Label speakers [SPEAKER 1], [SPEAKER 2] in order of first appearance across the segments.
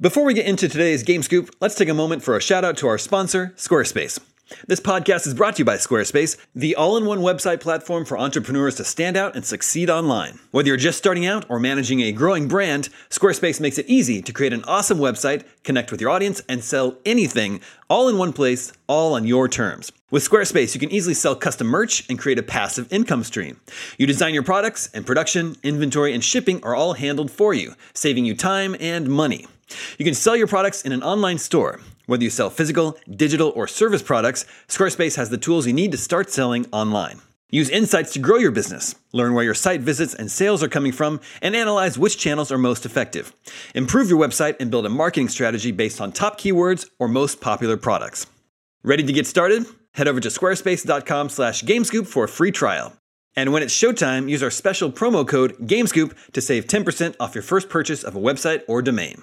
[SPEAKER 1] Before we get into today's Game Scoop, let's take a moment for a shout out to our sponsor, Squarespace. This podcast is brought to you by Squarespace, the all in one website platform for entrepreneurs to stand out and succeed online. Whether you're just starting out or managing a growing brand, Squarespace makes it easy to create an awesome website, connect with your audience, and sell anything all in one place, all on your terms. With Squarespace, you can easily sell custom merch and create a passive income stream. You design your products, and production, inventory, and shipping are all handled for you, saving you time and money. You can sell your products in an online store. Whether you sell physical, digital, or service products, Squarespace has the tools you need to start selling online. Use insights to grow your business, learn where your site visits and sales are coming from, and analyze which channels are most effective. Improve your website and build a marketing strategy based on top keywords or most popular products. Ready to get started? Head over to squarespace.com/gamescoop for a free trial. And when it's showtime, use our special promo code GAMESCOOP to save 10% off your first purchase of a website or domain.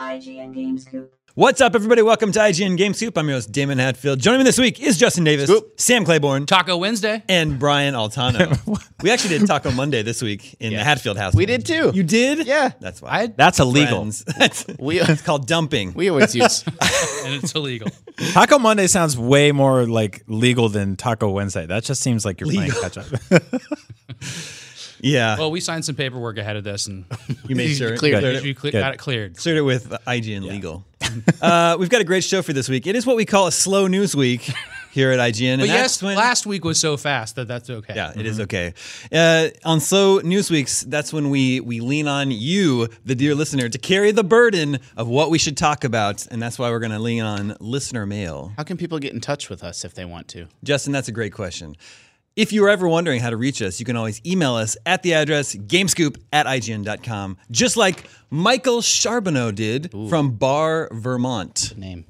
[SPEAKER 2] IGN Games Coop.
[SPEAKER 1] What's up, everybody? Welcome to IGN Game Soup. I'm your host, Damon Hatfield. Joining me this week is Justin Davis, Sam Claiborne,
[SPEAKER 3] Taco Wednesday.
[SPEAKER 1] and Brian Altano. we actually did Taco Monday this week in the Hatfield house.
[SPEAKER 4] We did too.
[SPEAKER 1] You did?
[SPEAKER 4] Yeah.
[SPEAKER 1] That's why.
[SPEAKER 3] I-
[SPEAKER 5] That's illegal.
[SPEAKER 1] Friends. That's-
[SPEAKER 4] We-
[SPEAKER 1] it's called dumping.
[SPEAKER 4] We always use.
[SPEAKER 3] and it's illegal.
[SPEAKER 5] Taco Monday sounds way more like legal than Taco Wednesday. That just seems like you're playing catch up.
[SPEAKER 1] yeah.
[SPEAKER 3] Well, we signed some paperwork ahead of this and
[SPEAKER 1] you made sure.
[SPEAKER 4] cleared it.
[SPEAKER 3] we cle-
[SPEAKER 5] Good.
[SPEAKER 3] got it cleared.
[SPEAKER 1] Cleared it with IGN Legal. uh, we've got a great show for this week. It is what we call a slow news week here at IGN. and
[SPEAKER 3] But
[SPEAKER 1] that's
[SPEAKER 3] yes,
[SPEAKER 1] when-
[SPEAKER 3] last week was so fast that that's okay.
[SPEAKER 1] Yeah, it is okay. Uh, on slow news weeks, that's when we we lean on you, the dear listener, to carry the burden of what we should talk about, and that's why we're going to lean on listener mail.
[SPEAKER 4] How can people get in touch with us if they want to?
[SPEAKER 1] Justin, that's a great question. If you're ever wondering how to reach us, you can always email us at the address gamescoop at ign.com, just like Michael Charbonneau did from Bar, Vermont.
[SPEAKER 4] Name.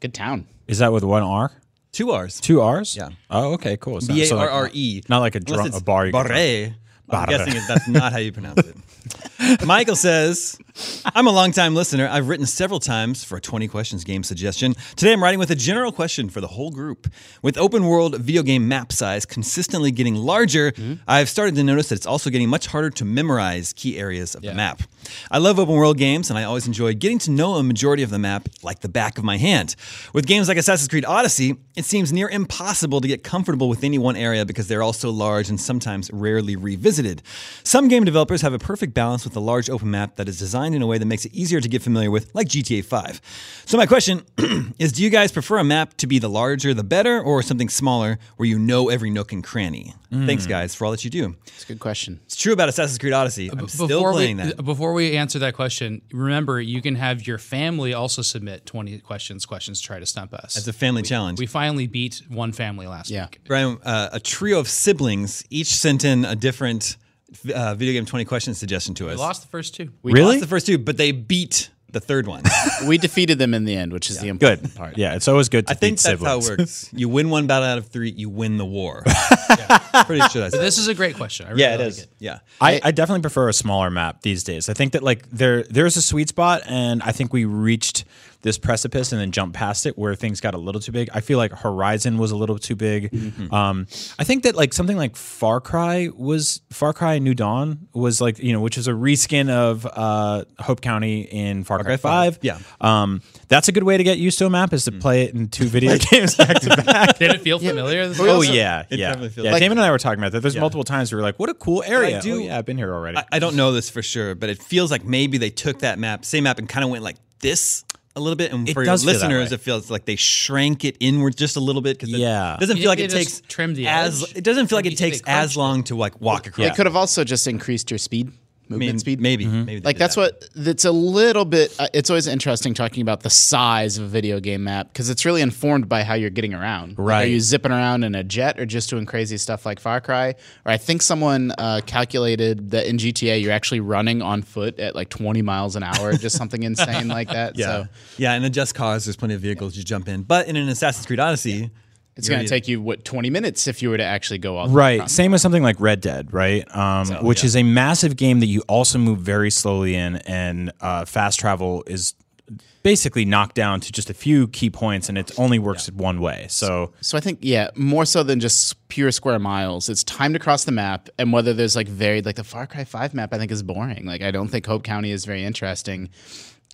[SPEAKER 4] Good town.
[SPEAKER 5] Is that with one R?
[SPEAKER 1] Two R's.
[SPEAKER 5] Two R's?
[SPEAKER 1] Yeah.
[SPEAKER 5] Oh, okay, cool. So-
[SPEAKER 1] B A
[SPEAKER 5] so like-
[SPEAKER 1] R R E.
[SPEAKER 5] Not like a, drum, a bar. You go to.
[SPEAKER 1] Barre. I'm
[SPEAKER 5] Barre.
[SPEAKER 1] guessing it- that's not how you pronounce it. Michael says, I'm a longtime listener. I've written several times for a 20 questions game suggestion. Today I'm writing with a general question for the whole group. With open world video game map size consistently getting larger,
[SPEAKER 5] Mm-hmm.
[SPEAKER 1] I've started to notice that it's also getting much harder to memorize key areas of the map. I love open world games and I always enjoy getting to know a majority of the map like the back of my hand. With games like Assassin's Creed Odyssey, it seems near impossible to get comfortable with any one area because they're all so large and sometimes rarely revisited. Some game developers have a perfect balance with a large open map that is designed in a way that makes it easier to get familiar with, like GTA 5. So, my question is do you guys prefer a map to be the larger the better or something smaller where you know every nook and cranny?
[SPEAKER 3] Mm.
[SPEAKER 1] Thanks, guys, for all that you do.
[SPEAKER 4] It's a good question.
[SPEAKER 1] It's true about Assassin's Creed Odyssey. I'm still
[SPEAKER 3] Uh, before
[SPEAKER 1] playing
[SPEAKER 3] we,
[SPEAKER 1] that.
[SPEAKER 3] Before we answer that question, remember you can have your family also submit 20 questions, questions to try to stump us.
[SPEAKER 1] It's a family challenge.
[SPEAKER 3] we finally beat one family last
[SPEAKER 4] Yeah.
[SPEAKER 3] week.
[SPEAKER 1] Brian, uh, a trio of siblings each sent in a different uh, video game 20 question suggestion to us.
[SPEAKER 3] We lost the first two.
[SPEAKER 4] We
[SPEAKER 1] Lost the first two, but they beat the third one.
[SPEAKER 4] We defeated them in the end, which is the important
[SPEAKER 5] Good.
[SPEAKER 4] part.
[SPEAKER 5] Yeah, it's always good to
[SPEAKER 1] I think
[SPEAKER 5] beat
[SPEAKER 1] that's how
[SPEAKER 5] siblings.
[SPEAKER 1] it works. You win one battle out of three, you win the war. Pretty sure that's
[SPEAKER 3] This is a great question. I really
[SPEAKER 1] Yeah, it
[SPEAKER 3] like
[SPEAKER 1] is.
[SPEAKER 3] It.
[SPEAKER 1] Yeah.
[SPEAKER 5] I, I definitely prefer a smaller map these days. I think that like there there's a sweet spot, and I think we reached this precipice and then jump past it where things got a little too big. I feel like Horizon was a little too big. Um, I think that like something like Far Cry was Far Cry New Dawn was like you know which is a reskin of uh, Hope County in Far, Cry Five.
[SPEAKER 1] yeah.
[SPEAKER 5] um, that's a good way to get used to a map is to play it in two video games back to back.
[SPEAKER 3] Did it feel familiar? This
[SPEAKER 5] Oh
[SPEAKER 3] is-
[SPEAKER 5] yeah,
[SPEAKER 6] it
[SPEAKER 5] yeah.
[SPEAKER 6] definitely feels
[SPEAKER 5] yeah
[SPEAKER 6] like-
[SPEAKER 5] Damon and I were talking about that. There's multiple times we were like, "What a cool area!"
[SPEAKER 1] do-
[SPEAKER 5] oh, yeah, I've been here already.
[SPEAKER 1] I, I don't know this for sure, but it feels like maybe they took that map, same map, and kind of went like this a little bit. And
[SPEAKER 5] It
[SPEAKER 1] for your
[SPEAKER 5] does feel that
[SPEAKER 1] listeners,
[SPEAKER 5] way.
[SPEAKER 1] it feels like they shrank it inward just a little bit. Cause
[SPEAKER 5] Yeah.
[SPEAKER 1] it doesn't feel
[SPEAKER 3] Yeah,
[SPEAKER 1] like
[SPEAKER 3] they
[SPEAKER 1] it takes
[SPEAKER 3] just trimmed the
[SPEAKER 1] as
[SPEAKER 3] edge.
[SPEAKER 1] it doesn't feel like
[SPEAKER 3] Maybe
[SPEAKER 1] it takes
[SPEAKER 3] they crunched
[SPEAKER 1] as long to like walk across.
[SPEAKER 4] They could have also just increased your speed,
[SPEAKER 1] I
[SPEAKER 4] movement
[SPEAKER 1] mean,
[SPEAKER 4] speed.
[SPEAKER 1] maybe, maybe they
[SPEAKER 4] Like
[SPEAKER 1] did
[SPEAKER 4] that's
[SPEAKER 1] that.
[SPEAKER 4] what that's a little bit. Uh, it's always interesting talking about the size of a video game map because it's really informed by how you're getting around. Like,
[SPEAKER 5] Right.
[SPEAKER 4] are you zipping around in a jet or just doing crazy stuff like Far Cry? Or I think someone uh, calculated that in GTA you're actually running on foot at like 20 miles an hour, just something insane like that. So
[SPEAKER 1] Yeah, and in Just Cause, there's plenty of vehicles you jump in, but in an Assassin's Creed Odyssey,
[SPEAKER 4] it's going to take you what 20 minutes if you were to actually go all the way
[SPEAKER 5] Right.
[SPEAKER 4] around.
[SPEAKER 5] Same with something like Red Dead, right? Um, which is a massive game that you also move very slowly in, and uh, fast travel is basically knocked down to just a few key points, and it only works one way. So
[SPEAKER 4] So I think yeah, more so than just pure square miles. It's time to cross the map, and whether there's like varied like the Far Cry Five map, I think is boring. Like I don't think Hope County is very interesting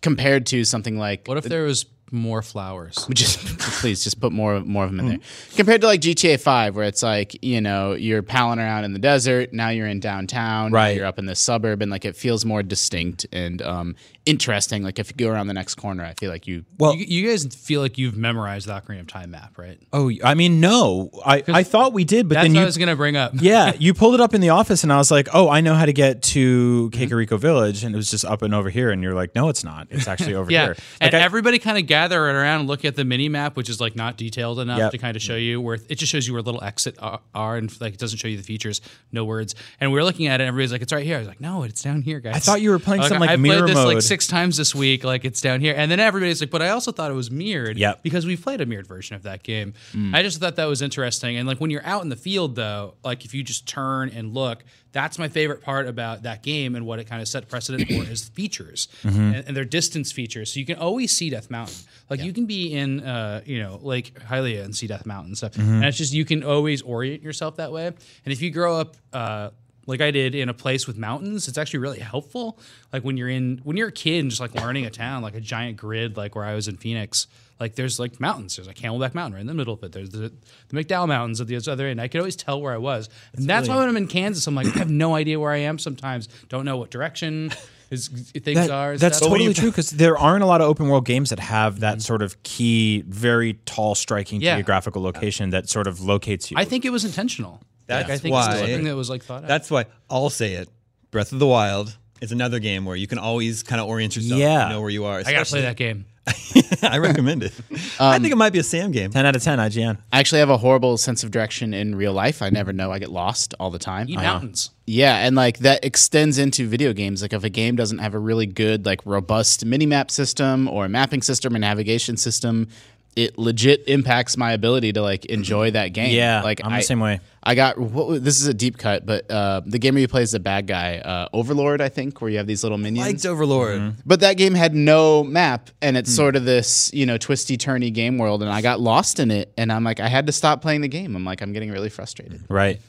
[SPEAKER 4] compared to something like
[SPEAKER 3] What if there was more flowers?
[SPEAKER 4] just please just put more more of them in there compared to like GTA Five, where it's like you know you're palling around in the desert. Now you're in downtown. now
[SPEAKER 5] Right.
[SPEAKER 4] you're up in the suburb, and like it feels more distinct and um, interesting. Like if you go around the next corner, I feel like you
[SPEAKER 5] well.
[SPEAKER 3] you, you guys feel like you've memorized the Ocarina of Time map, right?
[SPEAKER 5] oh, I mean, no, I I thought we did, but
[SPEAKER 3] That's
[SPEAKER 5] then
[SPEAKER 3] what
[SPEAKER 5] you
[SPEAKER 3] I was gonna bring up.
[SPEAKER 5] yeah, you pulled it up in the office, and I was like, "Oh, I know how to get to
[SPEAKER 3] Mm-hmm.
[SPEAKER 5] Kekoriko Village," and it was just up and over here. And you're like, "No, it's not. It's actually over
[SPEAKER 3] Yeah,
[SPEAKER 5] here."
[SPEAKER 3] and
[SPEAKER 5] Like, I-
[SPEAKER 3] everybody kind of gather around, and look at the mini map, which is like not detailed enough
[SPEAKER 5] Yep.
[SPEAKER 3] to kind of show you where it just shows you where little exit are, are, and like it doesn't show you the features, no words. And we were looking at it, and everybody's like, "It's right here." I was like, "No, it's down here, guys." I
[SPEAKER 5] thought you were playing some, like,
[SPEAKER 3] I
[SPEAKER 5] mirror
[SPEAKER 3] played this like
[SPEAKER 5] mode.
[SPEAKER 3] six times this week, like it's down here. And then everybody's like, "But I also thought it was mirrored."
[SPEAKER 5] Yep.
[SPEAKER 3] because we've played a mirrored version of that game. I just thought that was interesting. And like when you're out in the field, though, like if you just turn and look, that's my favorite part about that game and what it kind of set precedent for is features and, and their distance features. So you can always see Death Mountain. Like you can be in, uh, you know, Lake Hylia and see Death Mountain and stuff. And it's just you can always orient yourself that way. And if you grow up, uh, like I did in a place with mountains, it's actually really helpful. Like when you're in when you're a kid and just like learning a town, like a giant grid, like where I was in Phoenix, like there's like mountains. There's like Camelback Mountain right in the middle of it. There's the, the McDowell Mountains at the other end. I could always tell where I was. And that's why when I'm in Kansas, I'm like, I have no idea where I am sometimes, don't know what direction is things
[SPEAKER 5] That-
[SPEAKER 3] are. and
[SPEAKER 5] that's
[SPEAKER 3] stuff.
[SPEAKER 5] totally true because there aren't a lot of open world games that have that sort of key, very tall, striking
[SPEAKER 3] Mm. Yeah.
[SPEAKER 5] geographical location that sort of locates you.
[SPEAKER 3] I think it was intentional.
[SPEAKER 1] That's
[SPEAKER 3] like, I think
[SPEAKER 1] why-
[SPEAKER 3] it's something that was like thought out.
[SPEAKER 1] That's why I'll say it. Breath of the Wild is another game where you can always kind of orient yourself,
[SPEAKER 5] Yeah.
[SPEAKER 1] and know where you are.
[SPEAKER 3] I gotta play that game.
[SPEAKER 1] especially- I recommend it.
[SPEAKER 4] Um,
[SPEAKER 1] I think it might be a Sam game.
[SPEAKER 5] ten out of ten IGN.
[SPEAKER 4] I actually have a horrible sense of direction in real life. I never know. I get lost all the time.
[SPEAKER 3] Eat mountains.
[SPEAKER 4] Yeah, and like that extends into video games. Like if a game doesn't have a really good, like robust mini map system or mapping system or navigation system, it legit impacts my ability to like enjoy that game.
[SPEAKER 5] Mm-hmm. Yeah,
[SPEAKER 4] like
[SPEAKER 5] I'm the
[SPEAKER 4] I-
[SPEAKER 5] same way.
[SPEAKER 4] I got what, was- this is a deep cut, but uh, the game where you play as the bad guy, uh, Overlord, I think, where you have these little minions.
[SPEAKER 1] Liked Overlord.
[SPEAKER 4] But that game had no map, and
[SPEAKER 5] Hmm.
[SPEAKER 4] it's sort of this you know twisty turny game world, and I got lost in it, and I'm like, I had to stop playing the game. I'm like, I'm getting really frustrated.
[SPEAKER 5] Right.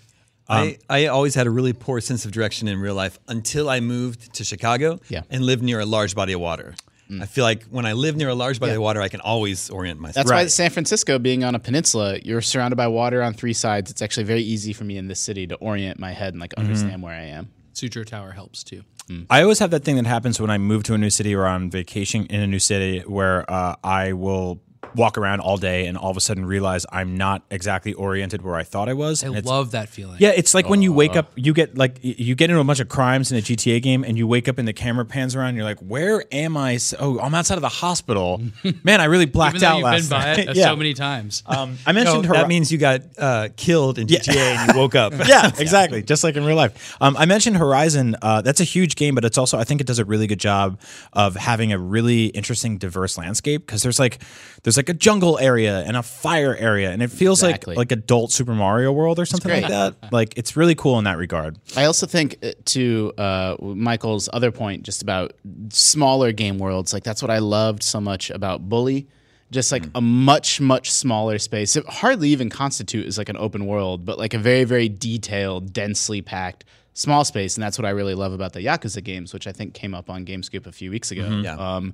[SPEAKER 1] I, I always had a really poor sense of direction in real life until I moved to Chicago
[SPEAKER 4] Yeah. Mm.
[SPEAKER 1] and lived near a large body of water. I feel like when I live near a large body of water, I can always orient myself.
[SPEAKER 4] That's why San Francisco, being on a peninsula, you're surrounded by water on three sides. It's actually very easy for me in this city to orient my head and like understand where I am.
[SPEAKER 3] Sutro Tower helps too.
[SPEAKER 5] I always have that thing that happens when I move to a new city or on vacation in a new city where uh, I will walk around all day and all of a sudden realize I'm not exactly oriented where I thought I was.
[SPEAKER 3] I
[SPEAKER 5] and it's-
[SPEAKER 3] love that feeling.
[SPEAKER 5] Yeah, it's like when you wake
[SPEAKER 3] Oh.
[SPEAKER 5] up, you get like y- you get into a bunch of crimes in a GTA game, and you wake up and the camera pans around. And you're like, "Where am I? S- Oh, I'm outside of the hospital. Man, I really blacked
[SPEAKER 3] Even though
[SPEAKER 5] out
[SPEAKER 3] you've
[SPEAKER 5] last
[SPEAKER 3] been by
[SPEAKER 5] night."
[SPEAKER 3] it uh,
[SPEAKER 5] yeah.
[SPEAKER 3] so many times.
[SPEAKER 1] Uh,
[SPEAKER 5] Um, I
[SPEAKER 1] No,
[SPEAKER 5] mentioned
[SPEAKER 1] that
[SPEAKER 5] Hori-
[SPEAKER 1] means you got uh, killed in GTA and you woke up.
[SPEAKER 5] yeah, exactly. Just like in real life. Um, I mentioned Horizon. Uh, that's a huge game, but it's also I think it does a really good job of having a really interesting, diverse landscape because there's like there's There's like a jungle area and a fire area, and it feels
[SPEAKER 4] Exactly.
[SPEAKER 5] like like adult Super Mario World or something like
[SPEAKER 4] great.
[SPEAKER 5] that. Like it's really cool in that regard.
[SPEAKER 4] I also think uh, to uh, Michael's other point, just about smaller game worlds, like that's what I loved so much about Bully. Just like a much, much smaller space. It hardly even constitute as like an open world, but like a very, very detailed, densely packed small space. And that's what I really love about the Yakuza games, which I think came up on GameScoop a few weeks ago. Um,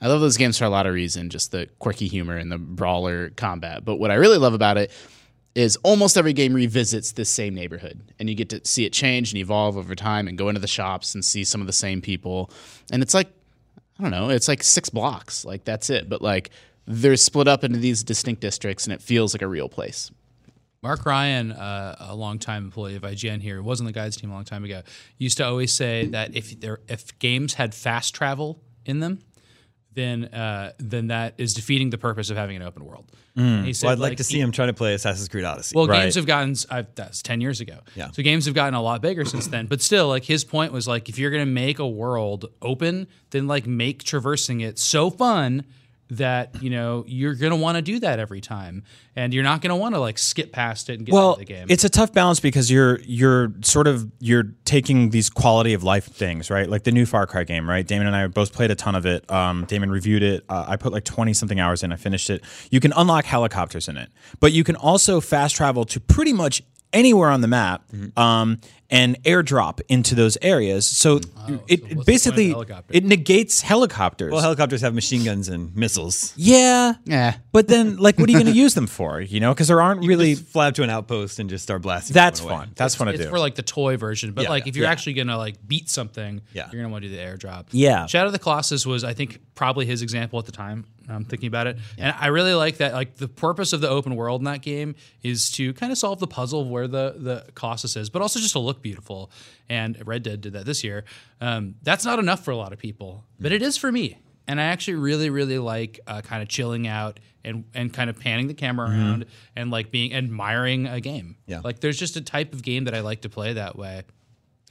[SPEAKER 4] I love those games for a lot of reasons, just the quirky humor and the brawler combat. But what I really love about it is almost every game revisits this same neighborhood and you get to see it change and evolve over time and go into the shops and see some of the same people and it's like i don't know it's like six blocks like that's it but like they're split up into these distinct districts and it feels like a real place
[SPEAKER 3] Mark Ryan, uh, a longtime employee of IGN here, who was on the guides team a long time ago, used to always say that if there if games had fast travel in them, then uh, then that is defeating the purpose of having an open world. He said,
[SPEAKER 1] Mm. Well, I'd like, to see him try to play Assassin's Creed Odyssey.
[SPEAKER 3] Well,
[SPEAKER 5] Right.
[SPEAKER 3] games have gotten i that's ten years ago.
[SPEAKER 1] Yeah.
[SPEAKER 3] So games have gotten a lot bigger since then. But still, like his point was like if you're gonna make a world open, then like make traversing it so fun that you know you're gonna want to do that every time, and you're not gonna want to like skip past it and get
[SPEAKER 5] well,
[SPEAKER 3] out of the game.
[SPEAKER 5] It's a tough balance because you're you're sort of you're taking these quality of life things, right? Like the new Far Cry game, right? Damon and I both played a ton of it. Um, Damon reviewed it. Uh, I put like twenty something hours in. I finished it. You can unlock helicopters in it, but you can also fast travel to pretty much anywhere on the map.
[SPEAKER 3] Mm-hmm.
[SPEAKER 5] Um, and airdrop into those areas, so it, it
[SPEAKER 3] what's the
[SPEAKER 5] basically
[SPEAKER 3] point of helicopters?
[SPEAKER 5] it negates helicopters.
[SPEAKER 1] well, helicopters have machine guns and missiles.
[SPEAKER 5] yeah,
[SPEAKER 4] Yeah.
[SPEAKER 5] But then, like, what are you going to use them for? You know, because there aren't really.
[SPEAKER 1] Fly up to an outpost and just start blasting.
[SPEAKER 5] That's
[SPEAKER 1] everyone away.
[SPEAKER 5] fun. That's fun to
[SPEAKER 3] it's
[SPEAKER 5] do.
[SPEAKER 3] for like the toy version. But
[SPEAKER 1] Yeah,
[SPEAKER 3] like
[SPEAKER 1] yeah,
[SPEAKER 3] if you're
[SPEAKER 1] yeah.
[SPEAKER 3] actually gonna like beat something,
[SPEAKER 1] Yeah.
[SPEAKER 3] you're gonna want to do the airdrop.
[SPEAKER 5] Yeah.
[SPEAKER 3] Shadow of the Colossus was I think probably his example at the time. I'm thinking about it, and I really like that. Like the purpose of the open world in that game is to kind of solve the puzzle of where the the Colossus is, but also just to look beautiful. And Red Dead did that this year. Um, that's not enough for a lot of people, but it is for me. And I actually really, really like uh, kind of chilling out and, and kind of panning the camera around and like being admiring a game.
[SPEAKER 1] Yeah.
[SPEAKER 3] Like there's just a type of game that I like to play that way.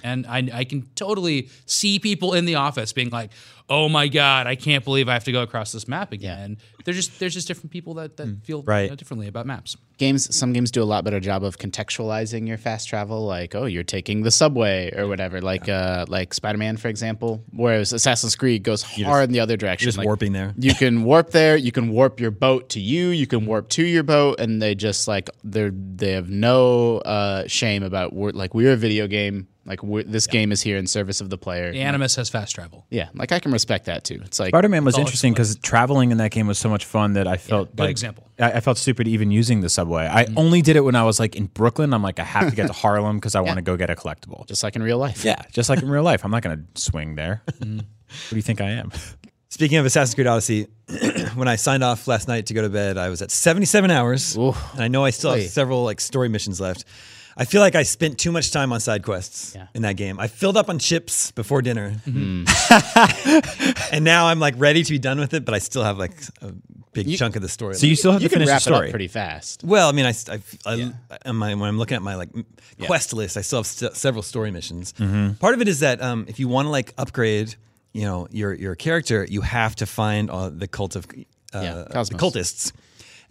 [SPEAKER 3] And I, I can totally see people in the office being like, "Oh my god, I can't believe I have to go across this map again." There's just there's just different people that, that
[SPEAKER 1] Mm.
[SPEAKER 3] feel you
[SPEAKER 5] Right.
[SPEAKER 3] know, differently about maps.
[SPEAKER 4] games some games do a lot better job of contextualizing your fast travel like oh you're taking the subway or whatever like uh like spider-man for example whereas assassin's creed goes hard in the other direction
[SPEAKER 1] just
[SPEAKER 4] Like,
[SPEAKER 1] warping there.
[SPEAKER 4] you can warp there you can warp your boat to you you can warp to your boat and they just like they're they have no uh shame about wor- like we're a video game like we're, this game is here in service of the player
[SPEAKER 3] The Animus has fast travel.
[SPEAKER 4] yeah like i can respect that too it's like
[SPEAKER 5] Spider Man was
[SPEAKER 3] all
[SPEAKER 5] interesting because traveling in that game was so much fun that I felt
[SPEAKER 3] good
[SPEAKER 5] like
[SPEAKER 3] example.
[SPEAKER 5] I, I felt stupid even using the subway. I
[SPEAKER 4] Mm-hmm.
[SPEAKER 5] only did it when I was like in Brooklyn. I'm like, I have to get to Harlem because I want to go get a collectible. Just
[SPEAKER 4] just like in real life
[SPEAKER 5] yeah, just like in real life. I'm not going to swing there.
[SPEAKER 4] Mm-hmm.
[SPEAKER 5] What do you think I am?
[SPEAKER 1] Speaking of Assassin's Creed Odyssey, when I signed off last night to go to bed, I was at 77 hours. And I know I still have several like story missions left. I feel like I spent too much time on side quests in that game. I filled up on chips before dinner.
[SPEAKER 5] Mm-hmm.
[SPEAKER 1] and now I'm like ready to be done with it, but I still have like a big chunk of the story.
[SPEAKER 5] So you still have
[SPEAKER 4] you
[SPEAKER 5] to
[SPEAKER 4] can
[SPEAKER 5] finish the
[SPEAKER 4] wrap it
[SPEAKER 5] story.
[SPEAKER 4] up pretty fast
[SPEAKER 1] well, I mean, I, s- I, I- am I- when I'm looking at my like m- quest list, I still have st- several story missions.
[SPEAKER 4] Mm-hmm.
[SPEAKER 1] Part of it is that um, if you want to like upgrade, you know, your your character, you have to find uh, the cult of uh,
[SPEAKER 4] Yeah,
[SPEAKER 1] the
[SPEAKER 4] Cosmos.
[SPEAKER 1] cultists,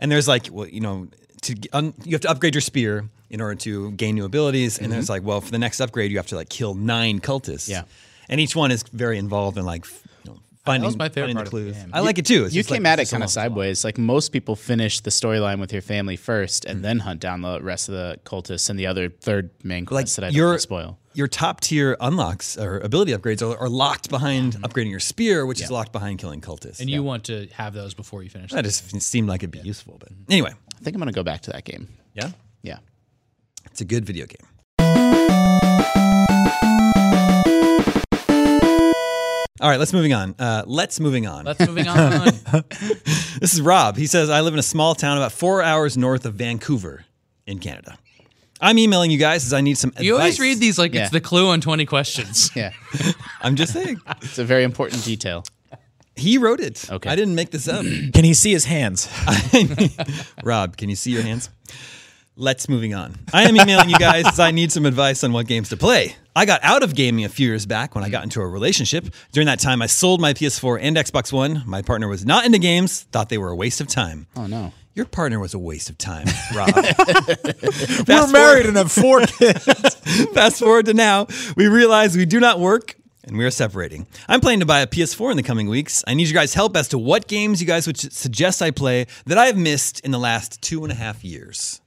[SPEAKER 1] and there's like well, you know, to g- un, you have to upgrade your spear in order to gain new abilities, and there's like well, for the next upgrade, you have to like kill nine cultists,
[SPEAKER 4] Mm-hmm. Yeah.
[SPEAKER 1] and each one is very involved in like. f- you know, Finding,
[SPEAKER 3] was my favorite
[SPEAKER 1] finding
[SPEAKER 3] part of the
[SPEAKER 1] clues.
[SPEAKER 3] game.
[SPEAKER 1] I like it too. It's
[SPEAKER 4] you
[SPEAKER 1] just, like,
[SPEAKER 4] came at
[SPEAKER 1] it's just
[SPEAKER 4] it
[SPEAKER 1] a
[SPEAKER 4] kind
[SPEAKER 1] long-
[SPEAKER 4] of sideways. Like most people finish the storyline with your family first,
[SPEAKER 1] Mm.
[SPEAKER 4] and then hunt down the rest of the cultists and the other third main quest that I don't
[SPEAKER 1] your-
[SPEAKER 4] wanna spoil.
[SPEAKER 1] Your top tier unlocks or ability upgrades are, are locked behind upgrading your spear, which is locked behind killing cultists.
[SPEAKER 3] And you want to have those before you finish.
[SPEAKER 1] that just seemed like it'd be useful, but anyway,
[SPEAKER 4] I think I'm gonna go back to that game.
[SPEAKER 1] yeah,
[SPEAKER 4] Yeah.
[SPEAKER 1] it's a good video game. All right, let's moving on. Uh, let's moving on.
[SPEAKER 3] Let's moving on.
[SPEAKER 1] This is Rob. He says, I live in a small town about four hours north of Vancouver in Canada. I'm emailing you guys as I need some
[SPEAKER 3] you always
[SPEAKER 1] advice.
[SPEAKER 3] read these like
[SPEAKER 4] Yeah.
[SPEAKER 3] it's the clue on 20 questions.
[SPEAKER 4] Yeah.
[SPEAKER 1] I'm just saying.
[SPEAKER 4] It's a very important detail.
[SPEAKER 1] He wrote it.
[SPEAKER 4] Okay.
[SPEAKER 1] I didn't make this up.
[SPEAKER 5] Can he see his hands?
[SPEAKER 1] Rob, can you see your hands? Let's moving on. I am emailing you guys as I need some advice on what games to play. I got out of gaming a few years back when I got into a relationship. During that time, I sold my PS4 and Xbox One. My partner was not into games, thought they were a waste of time.
[SPEAKER 4] Oh no.
[SPEAKER 1] Your partner was a waste of time, Rob.
[SPEAKER 6] We're married and have four kids.
[SPEAKER 1] Fast forward to now, we realize we do not work and we are separating. I'm planning to buy a PS4 in the coming weeks. I need your guys' help as to what games you guys would s- suggest I play that I have missed in the last two and a half years.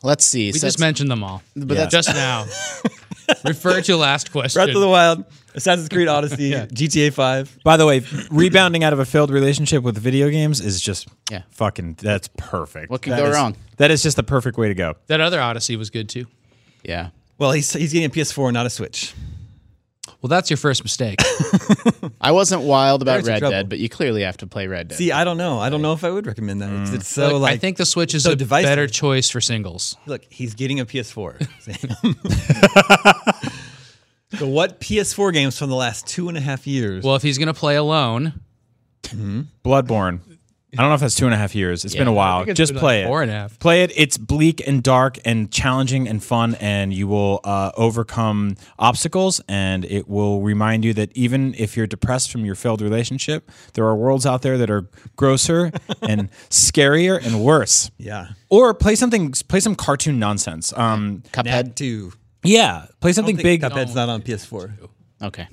[SPEAKER 4] Let's see.
[SPEAKER 3] We just mentioned them all, but
[SPEAKER 4] Yeah.
[SPEAKER 3] just now. Refer to last question.
[SPEAKER 1] Breath of the Wild, Assassin's Creed Odyssey, GTA 5.
[SPEAKER 5] By the way, rebounding out of a failed relationship with video games is just
[SPEAKER 4] Yeah.
[SPEAKER 5] fucking that's perfect.
[SPEAKER 4] What could
[SPEAKER 5] That
[SPEAKER 4] go
[SPEAKER 5] is-
[SPEAKER 4] wrong?
[SPEAKER 5] That is just the perfect way to go.
[SPEAKER 3] that other Odyssey was good too.
[SPEAKER 4] yeah.
[SPEAKER 1] Well, he's, he's getting a PS4, not a Switch.
[SPEAKER 3] Well, that's your first mistake.
[SPEAKER 4] I wasn't wild about
[SPEAKER 1] There's your
[SPEAKER 4] Red
[SPEAKER 1] trouble.
[SPEAKER 4] Dead, but you clearly have to play Red Dead.
[SPEAKER 1] See, I don't know. I don't know if I would recommend that. It's, it's so
[SPEAKER 3] Like,
[SPEAKER 1] like,
[SPEAKER 3] I think the Switch is
[SPEAKER 1] so
[SPEAKER 3] a
[SPEAKER 1] divisive.
[SPEAKER 3] better choice for singles.
[SPEAKER 1] Look, he's getting a PS4. so, what PS4 games from the last two and a half years?
[SPEAKER 3] Well, if he's gonna play alone,
[SPEAKER 5] Bloodborne. I don't know if that's two and a half years. It's been a while.
[SPEAKER 3] think it's
[SPEAKER 5] Just
[SPEAKER 3] been
[SPEAKER 5] play
[SPEAKER 3] like
[SPEAKER 5] it.
[SPEAKER 3] four and a half.
[SPEAKER 5] Play it. It's bleak and dark and challenging and fun, and you will uh, overcome obstacles. And it will remind you that even if you're depressed from your failed relationship, there are worlds out there that are grosser and scarier and worse.
[SPEAKER 1] yeah.
[SPEAKER 5] Or play something. Play some cartoon nonsense. Um,
[SPEAKER 4] Cuphead.
[SPEAKER 1] 2.
[SPEAKER 5] yeah. Play something big.
[SPEAKER 1] Cuphead's not on PS4.
[SPEAKER 4] Okay.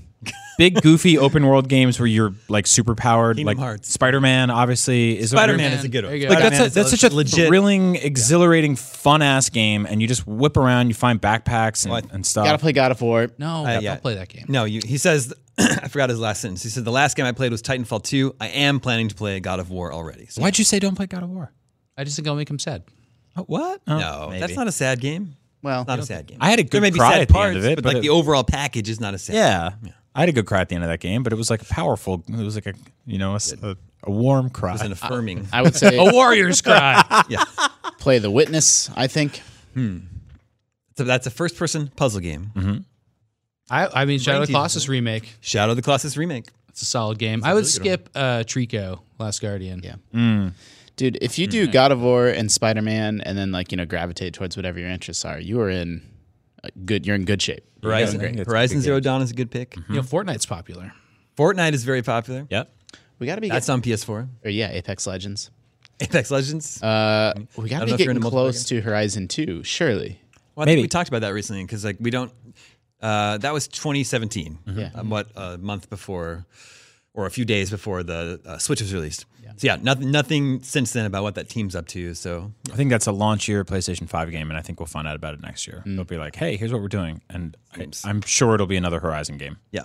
[SPEAKER 5] big goofy open world games where you're like super powered
[SPEAKER 1] Kingdom
[SPEAKER 5] like
[SPEAKER 1] Hearts.
[SPEAKER 5] Spider-Man obviously is a-
[SPEAKER 1] Spider-Man is a good
[SPEAKER 3] There
[SPEAKER 1] one.
[SPEAKER 3] you go.
[SPEAKER 5] like that's,
[SPEAKER 1] Spider-Man
[SPEAKER 5] a, that's
[SPEAKER 1] is
[SPEAKER 5] such a
[SPEAKER 1] legit-
[SPEAKER 5] thrilling exhilarating fun ass game and you just whip around you find backpacks and,
[SPEAKER 1] Well, I-
[SPEAKER 5] and stuff
[SPEAKER 4] Gotta play God of War.
[SPEAKER 3] no,
[SPEAKER 1] Uh,
[SPEAKER 3] I'll
[SPEAKER 1] yeah.
[SPEAKER 3] play that game.
[SPEAKER 1] No, you, he says I forgot his last sentence. He said the last game I played was Titanfall 2. I am planning to play God of War already. So,
[SPEAKER 5] why'd you say don't play God of War
[SPEAKER 3] I just think I'll make him sad.
[SPEAKER 5] what
[SPEAKER 1] Oh, no, that's not a sad game.
[SPEAKER 4] Well,
[SPEAKER 1] Not a sad game.
[SPEAKER 5] I had a good
[SPEAKER 1] there may be
[SPEAKER 5] cry
[SPEAKER 1] sad
[SPEAKER 5] at the end
[SPEAKER 1] parts,
[SPEAKER 5] of it,
[SPEAKER 1] but,
[SPEAKER 5] but
[SPEAKER 1] like
[SPEAKER 5] it-
[SPEAKER 1] the overall package is not a sad.
[SPEAKER 5] yeah I had a good cry at the end of that game but it was like a powerful it was like a you know a, s- a- a warm cry
[SPEAKER 1] It's an affirming.
[SPEAKER 5] Uh,
[SPEAKER 4] I would say
[SPEAKER 3] A warrior's cry.
[SPEAKER 4] play The Witness. I think
[SPEAKER 1] so that's a first-person puzzle game.
[SPEAKER 5] Mm-hmm.
[SPEAKER 3] I, I mean, Shadow
[SPEAKER 1] Brain
[SPEAKER 3] of the
[SPEAKER 1] teaser.
[SPEAKER 3] Colossus remake.
[SPEAKER 1] Shadow of the Colossus remake.
[SPEAKER 3] It's a solid game. I would skip uh, Trico, Last Guardian.
[SPEAKER 4] Yeah. Dude, if you
[SPEAKER 1] Mm-hmm.
[SPEAKER 4] do God of War and Spider Man, and then like you know gravitate towards whatever your interests are, you are in a good. You're in good shape.
[SPEAKER 1] Horizon,
[SPEAKER 5] great. It's a
[SPEAKER 1] Horizon
[SPEAKER 5] good Mm-hmm.
[SPEAKER 1] Zero Dawn is a good pick.
[SPEAKER 3] You know, Fortnite's popular.
[SPEAKER 1] Fortnite is very popular.
[SPEAKER 5] yep
[SPEAKER 4] We gotta be.
[SPEAKER 1] That's
[SPEAKER 4] That's
[SPEAKER 1] on PS4.
[SPEAKER 4] or yeah, Apex Legends.
[SPEAKER 1] Apex Legends.
[SPEAKER 4] Uh, we
[SPEAKER 1] Mm-hmm. I don't
[SPEAKER 4] gotta
[SPEAKER 1] know
[SPEAKER 4] be
[SPEAKER 1] if you're
[SPEAKER 4] getting
[SPEAKER 1] into multiplayer
[SPEAKER 4] close to Horizon Two, surely.
[SPEAKER 1] well, I think
[SPEAKER 5] maybe.
[SPEAKER 1] we talked about that recently because like we don't. Uh, that was 2017.
[SPEAKER 4] Yeah.
[SPEAKER 1] um, what a month before or a few days before the uh, Switch was released. So yeah, nothing, nothing since then about what that team's up to. So
[SPEAKER 5] I think that's a launch year PlayStation 5 game, and I think we'll find out about it next year. They'll be like, hey, here's what we're doing. And I,
[SPEAKER 1] Mm. Games.
[SPEAKER 5] I'm sure it'll be another Horizon game.
[SPEAKER 1] yeah,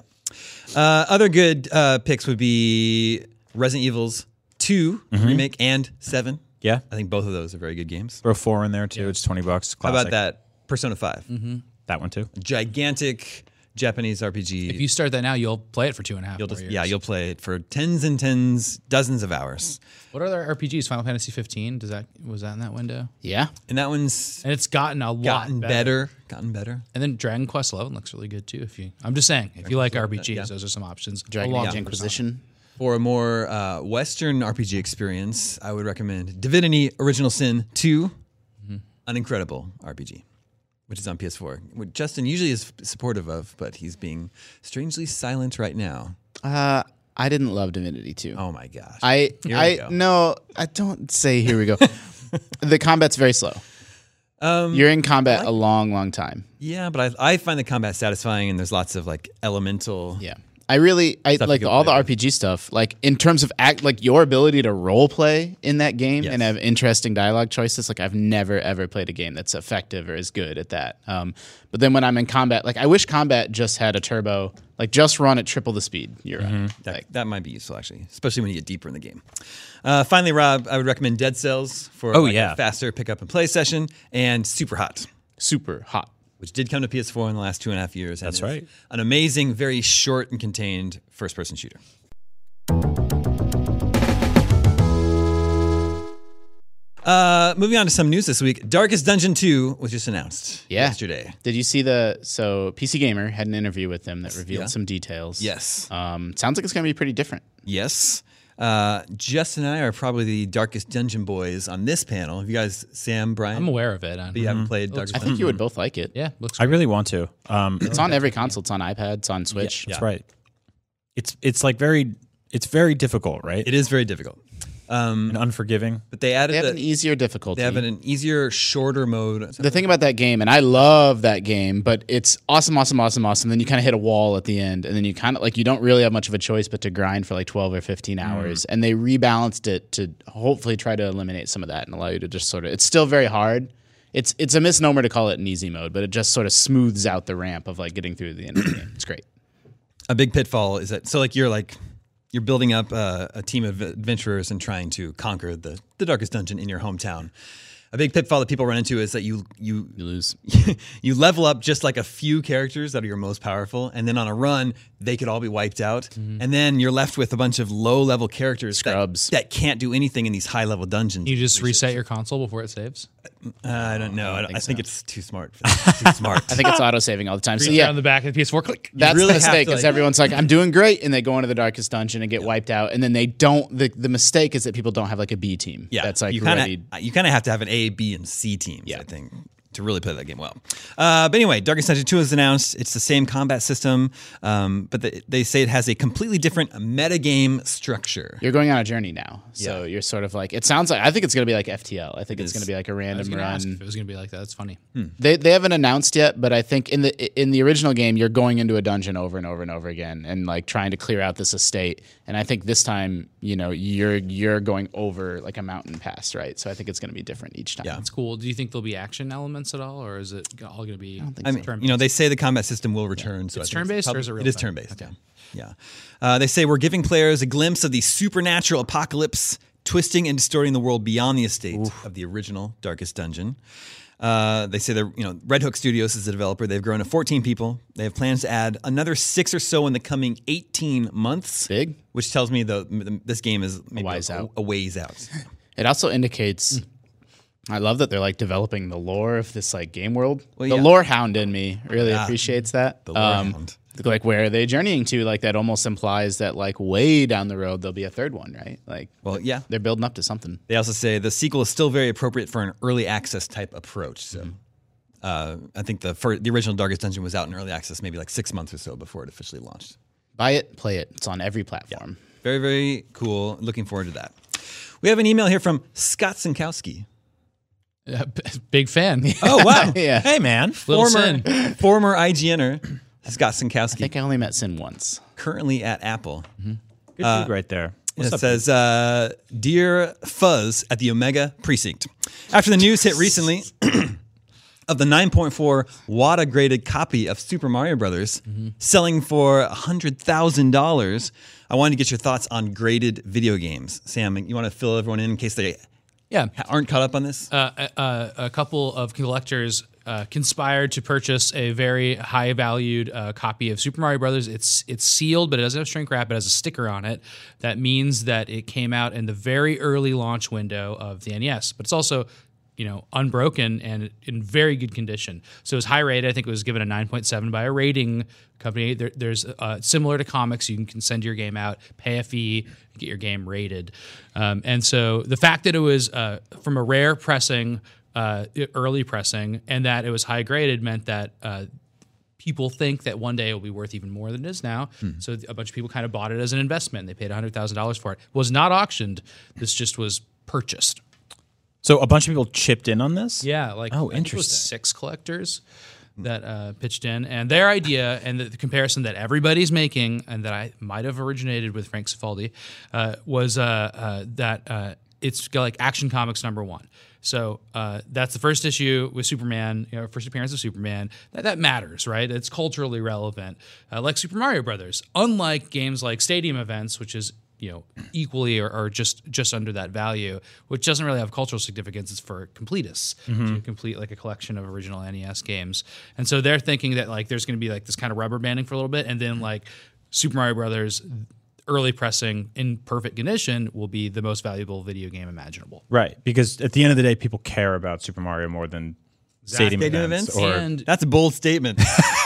[SPEAKER 1] uh, other good uh, picks would be Resident Evil's 2 remake and Seven.
[SPEAKER 5] Yeah.
[SPEAKER 1] I think both of those are very good games.
[SPEAKER 5] Throw four in there too. It's 20 bucks.
[SPEAKER 1] How
[SPEAKER 5] Classic.
[SPEAKER 1] about that? Persona 5
[SPEAKER 5] That one too.
[SPEAKER 1] gigantic Japanese RPG.
[SPEAKER 3] If you start that now, you'll play it for two and a half
[SPEAKER 1] You'll
[SPEAKER 3] more
[SPEAKER 1] just-
[SPEAKER 3] years.
[SPEAKER 1] yeah, you'll play it for tens and tens, dozens of hours,
[SPEAKER 3] What other RPGs? Final Fantasy 15. Does that was that in that window?
[SPEAKER 4] Yeah.
[SPEAKER 1] and that one's
[SPEAKER 3] And it's gotten a lot
[SPEAKER 1] gotten
[SPEAKER 3] better.
[SPEAKER 1] better. gotten better.
[SPEAKER 3] And then Dragon Quest Eleven looks really good too. If you, I'm just saying, if you like RPGs,
[SPEAKER 1] yeah.
[SPEAKER 3] those are some options.
[SPEAKER 4] Dragon
[SPEAKER 3] along
[SPEAKER 4] Age
[SPEAKER 3] with Persona.
[SPEAKER 4] Inquisition.
[SPEAKER 1] For a more uh, Western RPG experience, I would recommend Divinity Original Sin 2, an incredible RPG, which is on PS4. Which Justin usually is supportive of, but he's being strangely silent right now.
[SPEAKER 4] Uh, I didn't love Divinity Two.
[SPEAKER 1] Oh my gosh.
[SPEAKER 4] I
[SPEAKER 1] Here we
[SPEAKER 4] I
[SPEAKER 1] go.
[SPEAKER 4] no, I don't say here we go. the combat's very slow.
[SPEAKER 1] Um,
[SPEAKER 4] You're in combat a long, long time.
[SPEAKER 1] yeah, but I, I find the combat satisfying, and there's lots of like elemental.
[SPEAKER 4] Yeah. I really I
[SPEAKER 1] Stuff you
[SPEAKER 4] like
[SPEAKER 1] can
[SPEAKER 4] all the
[SPEAKER 1] play
[SPEAKER 4] RPG stuff. Like in terms of act like your ability to role play in that game and have interesting dialogue choices, like I've never ever played a game that's effective or as good at that. Um, but then when I'm in combat, like I wish combat just had a turbo, like just run at triple the speed. You're right.
[SPEAKER 1] That, that might be useful actually, especially when you get deeper in the game. Uh, finally, Rob, I would recommend Dead Cells for
[SPEAKER 5] Oh,
[SPEAKER 1] like,
[SPEAKER 5] yeah.
[SPEAKER 1] a faster pick up and play session, and Super Hot.
[SPEAKER 4] Super hot.
[SPEAKER 1] which did come to PS4 in the last two and a half years. and
[SPEAKER 5] That's
[SPEAKER 1] is
[SPEAKER 5] right.
[SPEAKER 1] An amazing, very short and contained first person shooter. Uh, moving on to some news this week. Darkest Dungeon 2 was just announced
[SPEAKER 4] Yeah.
[SPEAKER 1] yesterday.
[SPEAKER 4] Did you see the so PC Gamer had an interview with them that revealed some details.
[SPEAKER 1] Yes.
[SPEAKER 4] Um, sounds like it's gonna be pretty different.
[SPEAKER 1] Yes. Uh, Justin and I are probably the darkest dungeon boys on this panel. Have you guys, Sam, Brian,
[SPEAKER 3] I'm aware of it. I,
[SPEAKER 1] you haven't played Darkest
[SPEAKER 4] I
[SPEAKER 1] Dungeon?
[SPEAKER 4] think you would both like it.
[SPEAKER 3] yeah, looks.
[SPEAKER 5] I really want to. Um,
[SPEAKER 4] It's on every console. It's on iPad. It's on Switch.
[SPEAKER 5] That's right. It's it's like very it's very difficult, right?
[SPEAKER 1] It is very difficult.
[SPEAKER 5] and unforgiving.
[SPEAKER 1] But they added
[SPEAKER 4] They have
[SPEAKER 1] the-
[SPEAKER 4] an easier difficulty.
[SPEAKER 1] they have an easier, shorter mode.
[SPEAKER 4] the thing about that game, and I love that game, but it's awesome, awesome, awesome, awesome. Then you kind of hit a wall at the end, and then you kind of like you don't really have much of a choice but to grind for like twelve or fifteen
[SPEAKER 1] Mm.
[SPEAKER 4] hours. And they rebalanced it to hopefully try to eliminate some of that and allow you to just sort of. It's still very hard. It's it's a misnomer to call it an easy mode, but it just sort of smooths out the ramp of like getting through the end of the game. It's great.
[SPEAKER 1] a big pitfall is that so like you're like you're building up uh, a team of adventurers and trying to conquer the, the darkest dungeon in your hometown. A big pitfall that people run into is that you you
[SPEAKER 4] You lose.
[SPEAKER 1] you level up just like a few characters that are your most powerful, and then on a run they could all be wiped out, and then you're left with a bunch of low level characters that-
[SPEAKER 4] Scrubs.
[SPEAKER 1] That, can't do anything in these high level dungeons.
[SPEAKER 3] You just reset your console before it saves.
[SPEAKER 1] I don't know. I, don't-
[SPEAKER 4] think
[SPEAKER 1] I think
[SPEAKER 4] so.
[SPEAKER 1] it's too smart. For that. It's too smart.
[SPEAKER 4] I think it's auto saving all the time. So
[SPEAKER 3] Reach
[SPEAKER 4] yeah,
[SPEAKER 3] around the back of the PS4. Click.
[SPEAKER 4] That's
[SPEAKER 1] really
[SPEAKER 4] the
[SPEAKER 1] have
[SPEAKER 4] mistake.
[SPEAKER 1] to,
[SPEAKER 4] Is
[SPEAKER 1] like-
[SPEAKER 4] everyone's like, I'm doing great, and they go into the darkest dungeon and get wiped out, and then they don't. The, the mistake is that people don't have like a B team.
[SPEAKER 1] Yeah,
[SPEAKER 4] that's like
[SPEAKER 1] you
[SPEAKER 4] ready.
[SPEAKER 1] kind of you kind of have to have an A, B, and C teams.
[SPEAKER 4] Yeah.
[SPEAKER 1] I think to really play that game well. Uh, but anyway, Darkest Dungeon Two is announced. It's the same combat system, um, but they, they say it has a completely different metagame structure.
[SPEAKER 4] You're going on a journey now, so you're sort of like. It sounds like I think it's going to be like FTL. I think it's going to be like a
[SPEAKER 3] I was
[SPEAKER 4] random
[SPEAKER 3] gonna ask if
[SPEAKER 4] run.
[SPEAKER 3] it was gonna be like that. That's funny.
[SPEAKER 4] They they haven't announced yet, but I think in the in the original game, you're going into a dungeon over and over and over again, and like trying to clear out this estate. And I think this time, you know, you're you're going over like a mountain pass, right? So I think it's going to be different each time.
[SPEAKER 1] Yeah.
[SPEAKER 3] That's cool. Do you think there'll be action elements at all, or is it g- all gonna be?
[SPEAKER 1] I mean, you know, they say the combat system will return. So
[SPEAKER 3] It's
[SPEAKER 1] I think
[SPEAKER 3] turn-based or
[SPEAKER 1] prob-
[SPEAKER 3] is it
[SPEAKER 1] It is turn
[SPEAKER 3] real-time?
[SPEAKER 1] based. Yeah, yeah. Uh, they say we're giving players a glimpse of the supernatural apocalypse, twisting and distorting the world beyond the estate of the original Darkest Dungeon. Uh, they say they're you know Red Hook Studios is the developer. They've grown to 14 people. They have plans to add another six or so in the coming 18 months.
[SPEAKER 4] Big.
[SPEAKER 1] Which tells me the, the this game is maybe a
[SPEAKER 4] ways out.
[SPEAKER 1] A ways out.
[SPEAKER 4] It also indicates. I love that they're like developing the lore of this like game world. the
[SPEAKER 1] yeah. Ah,
[SPEAKER 4] lore hound in me really appreciates that. The
[SPEAKER 1] lore hound.
[SPEAKER 4] Like where are they journeying to? Like that almost implies that like way down the road there'll be a third one, right? Like
[SPEAKER 1] Well, yeah.
[SPEAKER 4] they're building up to something.
[SPEAKER 1] They also say the sequel is still very appropriate for an early access type approach. So,
[SPEAKER 4] Mm-hmm.
[SPEAKER 1] uh, I think the fir- the original Darkest Dungeon was out in early access maybe like six months or so before it officially launched.
[SPEAKER 4] Buy it, play it. It's on every platform.
[SPEAKER 1] Very very cool. Looking forward to that. We have an email here from Scott Sinkowski.
[SPEAKER 3] Uh, b- big fan.
[SPEAKER 1] Oh wow!
[SPEAKER 4] Yeah.
[SPEAKER 5] Hey man.
[SPEAKER 3] Little
[SPEAKER 1] former
[SPEAKER 3] Sin.
[SPEAKER 1] former IGNer Scott
[SPEAKER 4] I think
[SPEAKER 1] Sinkowski,
[SPEAKER 4] I only met Sin once.
[SPEAKER 1] currently at Apple.
[SPEAKER 5] Good dude right there.
[SPEAKER 1] it says, uh, "Dear Fuzz at the Omega Precinct, after the news hit recently of the 9.4 WADA graded copy of Super Mario Brothers selling for hundred thousand dollars, I wanted to get your thoughts on graded video games. Sam, you want to fill everyone in in case they
[SPEAKER 3] yeah.
[SPEAKER 1] aren't caught up on this?
[SPEAKER 3] Uh, uh, a couple of collectors uh, conspired to purchase a very high valued uh, copy of Super Mario Brothers. It's it's sealed, but it doesn't have shrink wrap. It has a sticker on it. That means that it came out in the very early launch window of the NES. But it's also you know, unbroken and in very good condition. So it was high rated. I think it was given a 9.7 by a rating company. There, there's uh, similar to comics, you can send your game out, pay a fee, get your game rated. Um, and so the fact that it was uh, from a rare pressing, uh, early pressing, and that it was high graded meant that. Uh, people think that one day it will be worth even more than it is now. So a bunch of people kind of bought it as an investment. They paid $100,000 for it. It was not auctioned. This just was purchased.
[SPEAKER 5] so a bunch of people chipped in on this.
[SPEAKER 3] Yeah, like
[SPEAKER 5] Oh,
[SPEAKER 3] I think it was
[SPEAKER 5] interesting.
[SPEAKER 3] six collectors that uh, pitched in, and their idea and the, the comparison that everybody's making, and that I might have originated with Frank Cifaldi, uh, was uh, uh, that uh, it's got, like Action Comics number one. So uh, that's the first issue with Superman, you know, first appearance of Superman. That, that matters, right? It's culturally relevant, uh, like Super Mario Brothers. Unlike games like Stadium Events, which is you know equally or, or just just under that value which doesn't really have cultural significance it's for completists to complete like a collection of original nes games and so they're thinking that like there's going to be like this kind of rubber banding for a little bit and then like super mario brothers early pressing in perfect condition will be the most valuable video game imaginable
[SPEAKER 5] Right. Because at the end of the day, people care about Super Mario more than stadium,
[SPEAKER 1] Stadium
[SPEAKER 5] events,
[SPEAKER 1] events?
[SPEAKER 5] or
[SPEAKER 3] And-
[SPEAKER 1] That's a bold statement.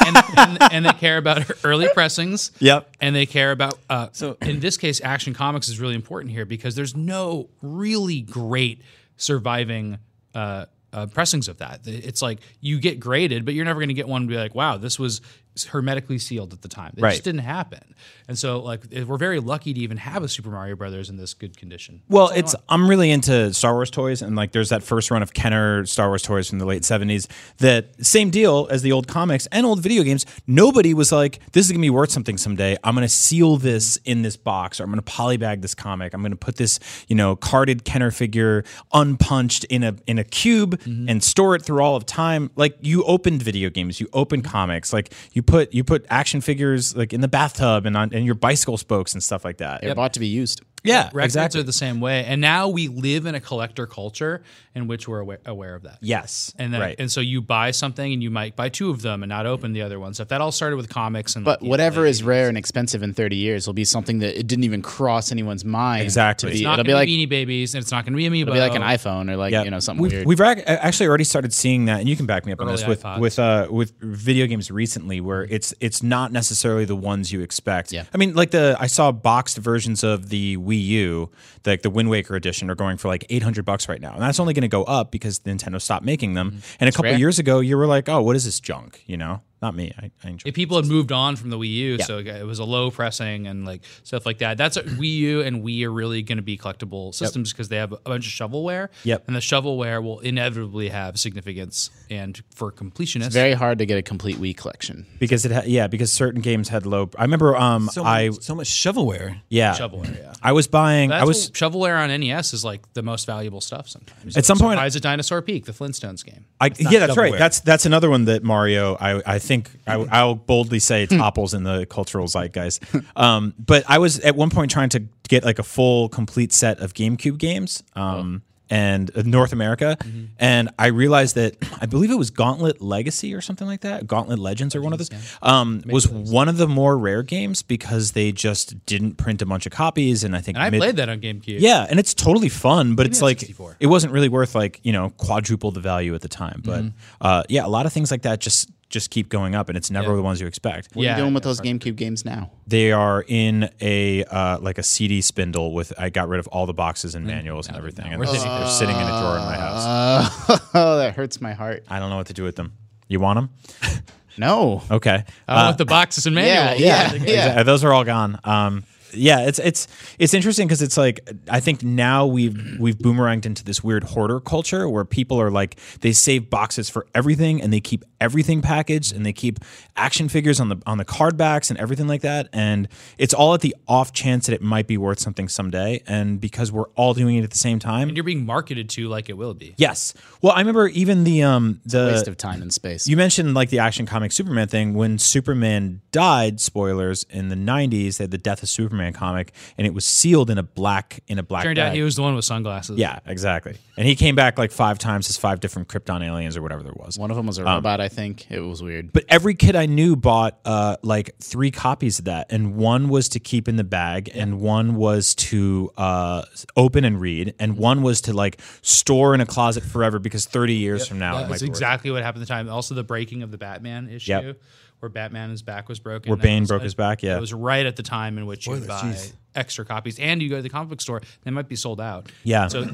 [SPEAKER 3] and, and, and they care about early pressings.
[SPEAKER 5] Yep.
[SPEAKER 3] And they care about uh,
[SPEAKER 1] So-
[SPEAKER 3] so in this case, Action Comics is really important here because there's no really great surviving uh, uh, pressings of that. It's like you get graded, but you're never going to get one to be like, wow, this was hermetically sealed at the time. It
[SPEAKER 5] Right.
[SPEAKER 3] just didn't happen. And so, like, we're very lucky to even have a Super Mario Brothers in this good condition.
[SPEAKER 5] Well, it's I'm really into Star Wars toys, and like there's that first run of Kenner Star Wars toys from the late '70s. That same deal as the old comics and old video games. Nobody was like, "This is gonna be worth something someday. I'm gonna seal this in this box, or I'm gonna polybag this comic. I'm gonna put this, you know, carded Kenner figure unpunched in a in a cube and store it through all of time." Like you opened video games, you opened comics, like you put you put action figures like in the bathtub and on and your bicycle spokes and stuff like that.
[SPEAKER 4] They're bought to be used.
[SPEAKER 5] Yeah,
[SPEAKER 3] Records are the same way. And now we live in a collector culture in which we're aware, aware of that.
[SPEAKER 5] Yes,
[SPEAKER 3] and then
[SPEAKER 5] right.
[SPEAKER 3] and so you buy something and you might buy two of them and not open the other one. So if that all started with comics and
[SPEAKER 4] But
[SPEAKER 3] like,
[SPEAKER 4] whatever is rare and expensive in 30 years will be something that it didn't even cross anyone's mind. to
[SPEAKER 5] Exactly.
[SPEAKER 4] be-
[SPEAKER 5] It's
[SPEAKER 3] it's not
[SPEAKER 4] it'll
[SPEAKER 3] gonna
[SPEAKER 4] be
[SPEAKER 3] Beanie
[SPEAKER 4] like
[SPEAKER 3] Babies and it's not going to be Amiibo.
[SPEAKER 4] it'll be like an iPhone or like
[SPEAKER 5] Yeah.
[SPEAKER 4] you know something
[SPEAKER 5] we've,
[SPEAKER 4] weird.
[SPEAKER 5] We've ac- actually already started seeing that, and you can back me up on
[SPEAKER 3] Early
[SPEAKER 5] this with
[SPEAKER 3] iPods.
[SPEAKER 5] with uh, with video games recently, where it's it's not necessarily the ones you expect.
[SPEAKER 4] Yeah.
[SPEAKER 5] I mean, like the I saw boxed versions of the Wii U, like the Wind Waker edition, are going for like eight hundred bucks right now, and that's only going to go up because Nintendo stopped making them. And a couple
[SPEAKER 4] rare.
[SPEAKER 5] years ago, you were like, "Oh, what is this junk?" You know, not me. I, I enjoy.
[SPEAKER 3] If people had moved on from the Wii U, so it was a low pressing and like stuff like that. That's Wii U and Wii are really going to be collectible systems because they have a bunch of shovelware.
[SPEAKER 5] Yep.
[SPEAKER 3] And the shovelware will inevitably have significance and for completionists.
[SPEAKER 4] Very hard to get a complete Wii collection.
[SPEAKER 5] because it ha- yeah because certain games had low. I remember um
[SPEAKER 6] So
[SPEAKER 5] I
[SPEAKER 6] much, so much shovelware.
[SPEAKER 5] yeah
[SPEAKER 3] shovelware, yeah.
[SPEAKER 5] I was buying.
[SPEAKER 3] That's
[SPEAKER 5] I was.
[SPEAKER 3] what- shovelware on NES is like the most valuable stuff sometimes.
[SPEAKER 5] At some point-
[SPEAKER 3] is a Dinosaur Peak, the Flintstones game.
[SPEAKER 5] I, yeah, that's right.
[SPEAKER 6] shovelware.
[SPEAKER 5] That's that's another one that Mario. I I think I,
[SPEAKER 3] Mm-hmm.
[SPEAKER 5] I'll boldly say
[SPEAKER 3] Hmm.
[SPEAKER 5] topples in the cultural zeitgeist. Um, but I was at one point trying to get like a full complete set of GameCube games.
[SPEAKER 3] Oh.
[SPEAKER 5] Um, and uh, North America,
[SPEAKER 3] Mm-hmm.
[SPEAKER 5] and I realized that I believe it was Gauntlet Legacy or something like that. Gauntlet Legends or one of those um, was one of the more rare games because they just didn't print a bunch of copies. And I think
[SPEAKER 3] And I
[SPEAKER 5] mid-
[SPEAKER 3] played that on GameCube.
[SPEAKER 5] yeah, and it's totally fun, but it's
[SPEAKER 3] on
[SPEAKER 5] like
[SPEAKER 3] 64.
[SPEAKER 5] it wasn't really worth like you know quadruple the value at the time. But
[SPEAKER 3] Mm-hmm.
[SPEAKER 5] uh, yeah, a lot of things like that just just keep going up, and it's never the ones you expect.
[SPEAKER 4] What
[SPEAKER 3] Yeah,
[SPEAKER 4] are you doing with those GameCube games now?
[SPEAKER 5] They are in a uh, like a CD spindle with I got rid of all the boxes
[SPEAKER 3] Mm-hmm.
[SPEAKER 5] and manuals and everything, and they're,
[SPEAKER 3] worth it.
[SPEAKER 5] sitting- they're sitting in a drawer in my house.
[SPEAKER 4] Uh, oh, that hurts my heart.
[SPEAKER 5] I don't know what to do with them. You want them?
[SPEAKER 4] No.
[SPEAKER 5] Okay. Uh,
[SPEAKER 3] I want the boxes and
[SPEAKER 4] Yeah,
[SPEAKER 3] manuals.
[SPEAKER 4] yeah, yeah.
[SPEAKER 5] Exa- those are all gone. Um, yeah, it's it's it's interesting because it's like I think now we've we've boomeranged into this weird hoarder culture where people are like they save boxes for everything and they keep everything packaged and they keep action figures on the on the card backs and everything like that and it's all at the off chance that it might be worth something someday and because we're all doing it at the same time.
[SPEAKER 3] And you're being marketed to like it will be.
[SPEAKER 5] Yes. Well, I remember even the um the
[SPEAKER 4] Waste of time and space.
[SPEAKER 5] you mentioned like the action comic Superman thing. When Superman died, spoilers in the '90s, they had the Death of Superman comic, and it was sealed in a black in a black.
[SPEAKER 3] Turned out
[SPEAKER 5] bag.
[SPEAKER 3] he was the one with sunglasses.
[SPEAKER 5] Yeah, exactly. And he came back like five times as five different Krypton aliens or whatever there was.
[SPEAKER 4] One of them was a robot, I think. It was weird.
[SPEAKER 5] But every kid I knew bought uh, like three copies of that, and one was to keep in the bag, and one was to uh, open and read, and one was to like store in a closet forever because 30 years from now, it might
[SPEAKER 3] That's
[SPEAKER 5] be worth it.
[SPEAKER 3] exactly what happened at the time. Also, the breaking of the Batman issue,
[SPEAKER 5] Yep.
[SPEAKER 3] where Batman's back was broken.
[SPEAKER 5] Where
[SPEAKER 3] That
[SPEAKER 5] Bane
[SPEAKER 3] was-
[SPEAKER 5] broke his back, yeah.
[SPEAKER 3] It was right at the time in which you
[SPEAKER 6] Spoilers,
[SPEAKER 3] buy
[SPEAKER 6] jeez.
[SPEAKER 3] extra copies. And you go to the comic book store, they might be sold out.
[SPEAKER 5] Yeah.
[SPEAKER 3] So,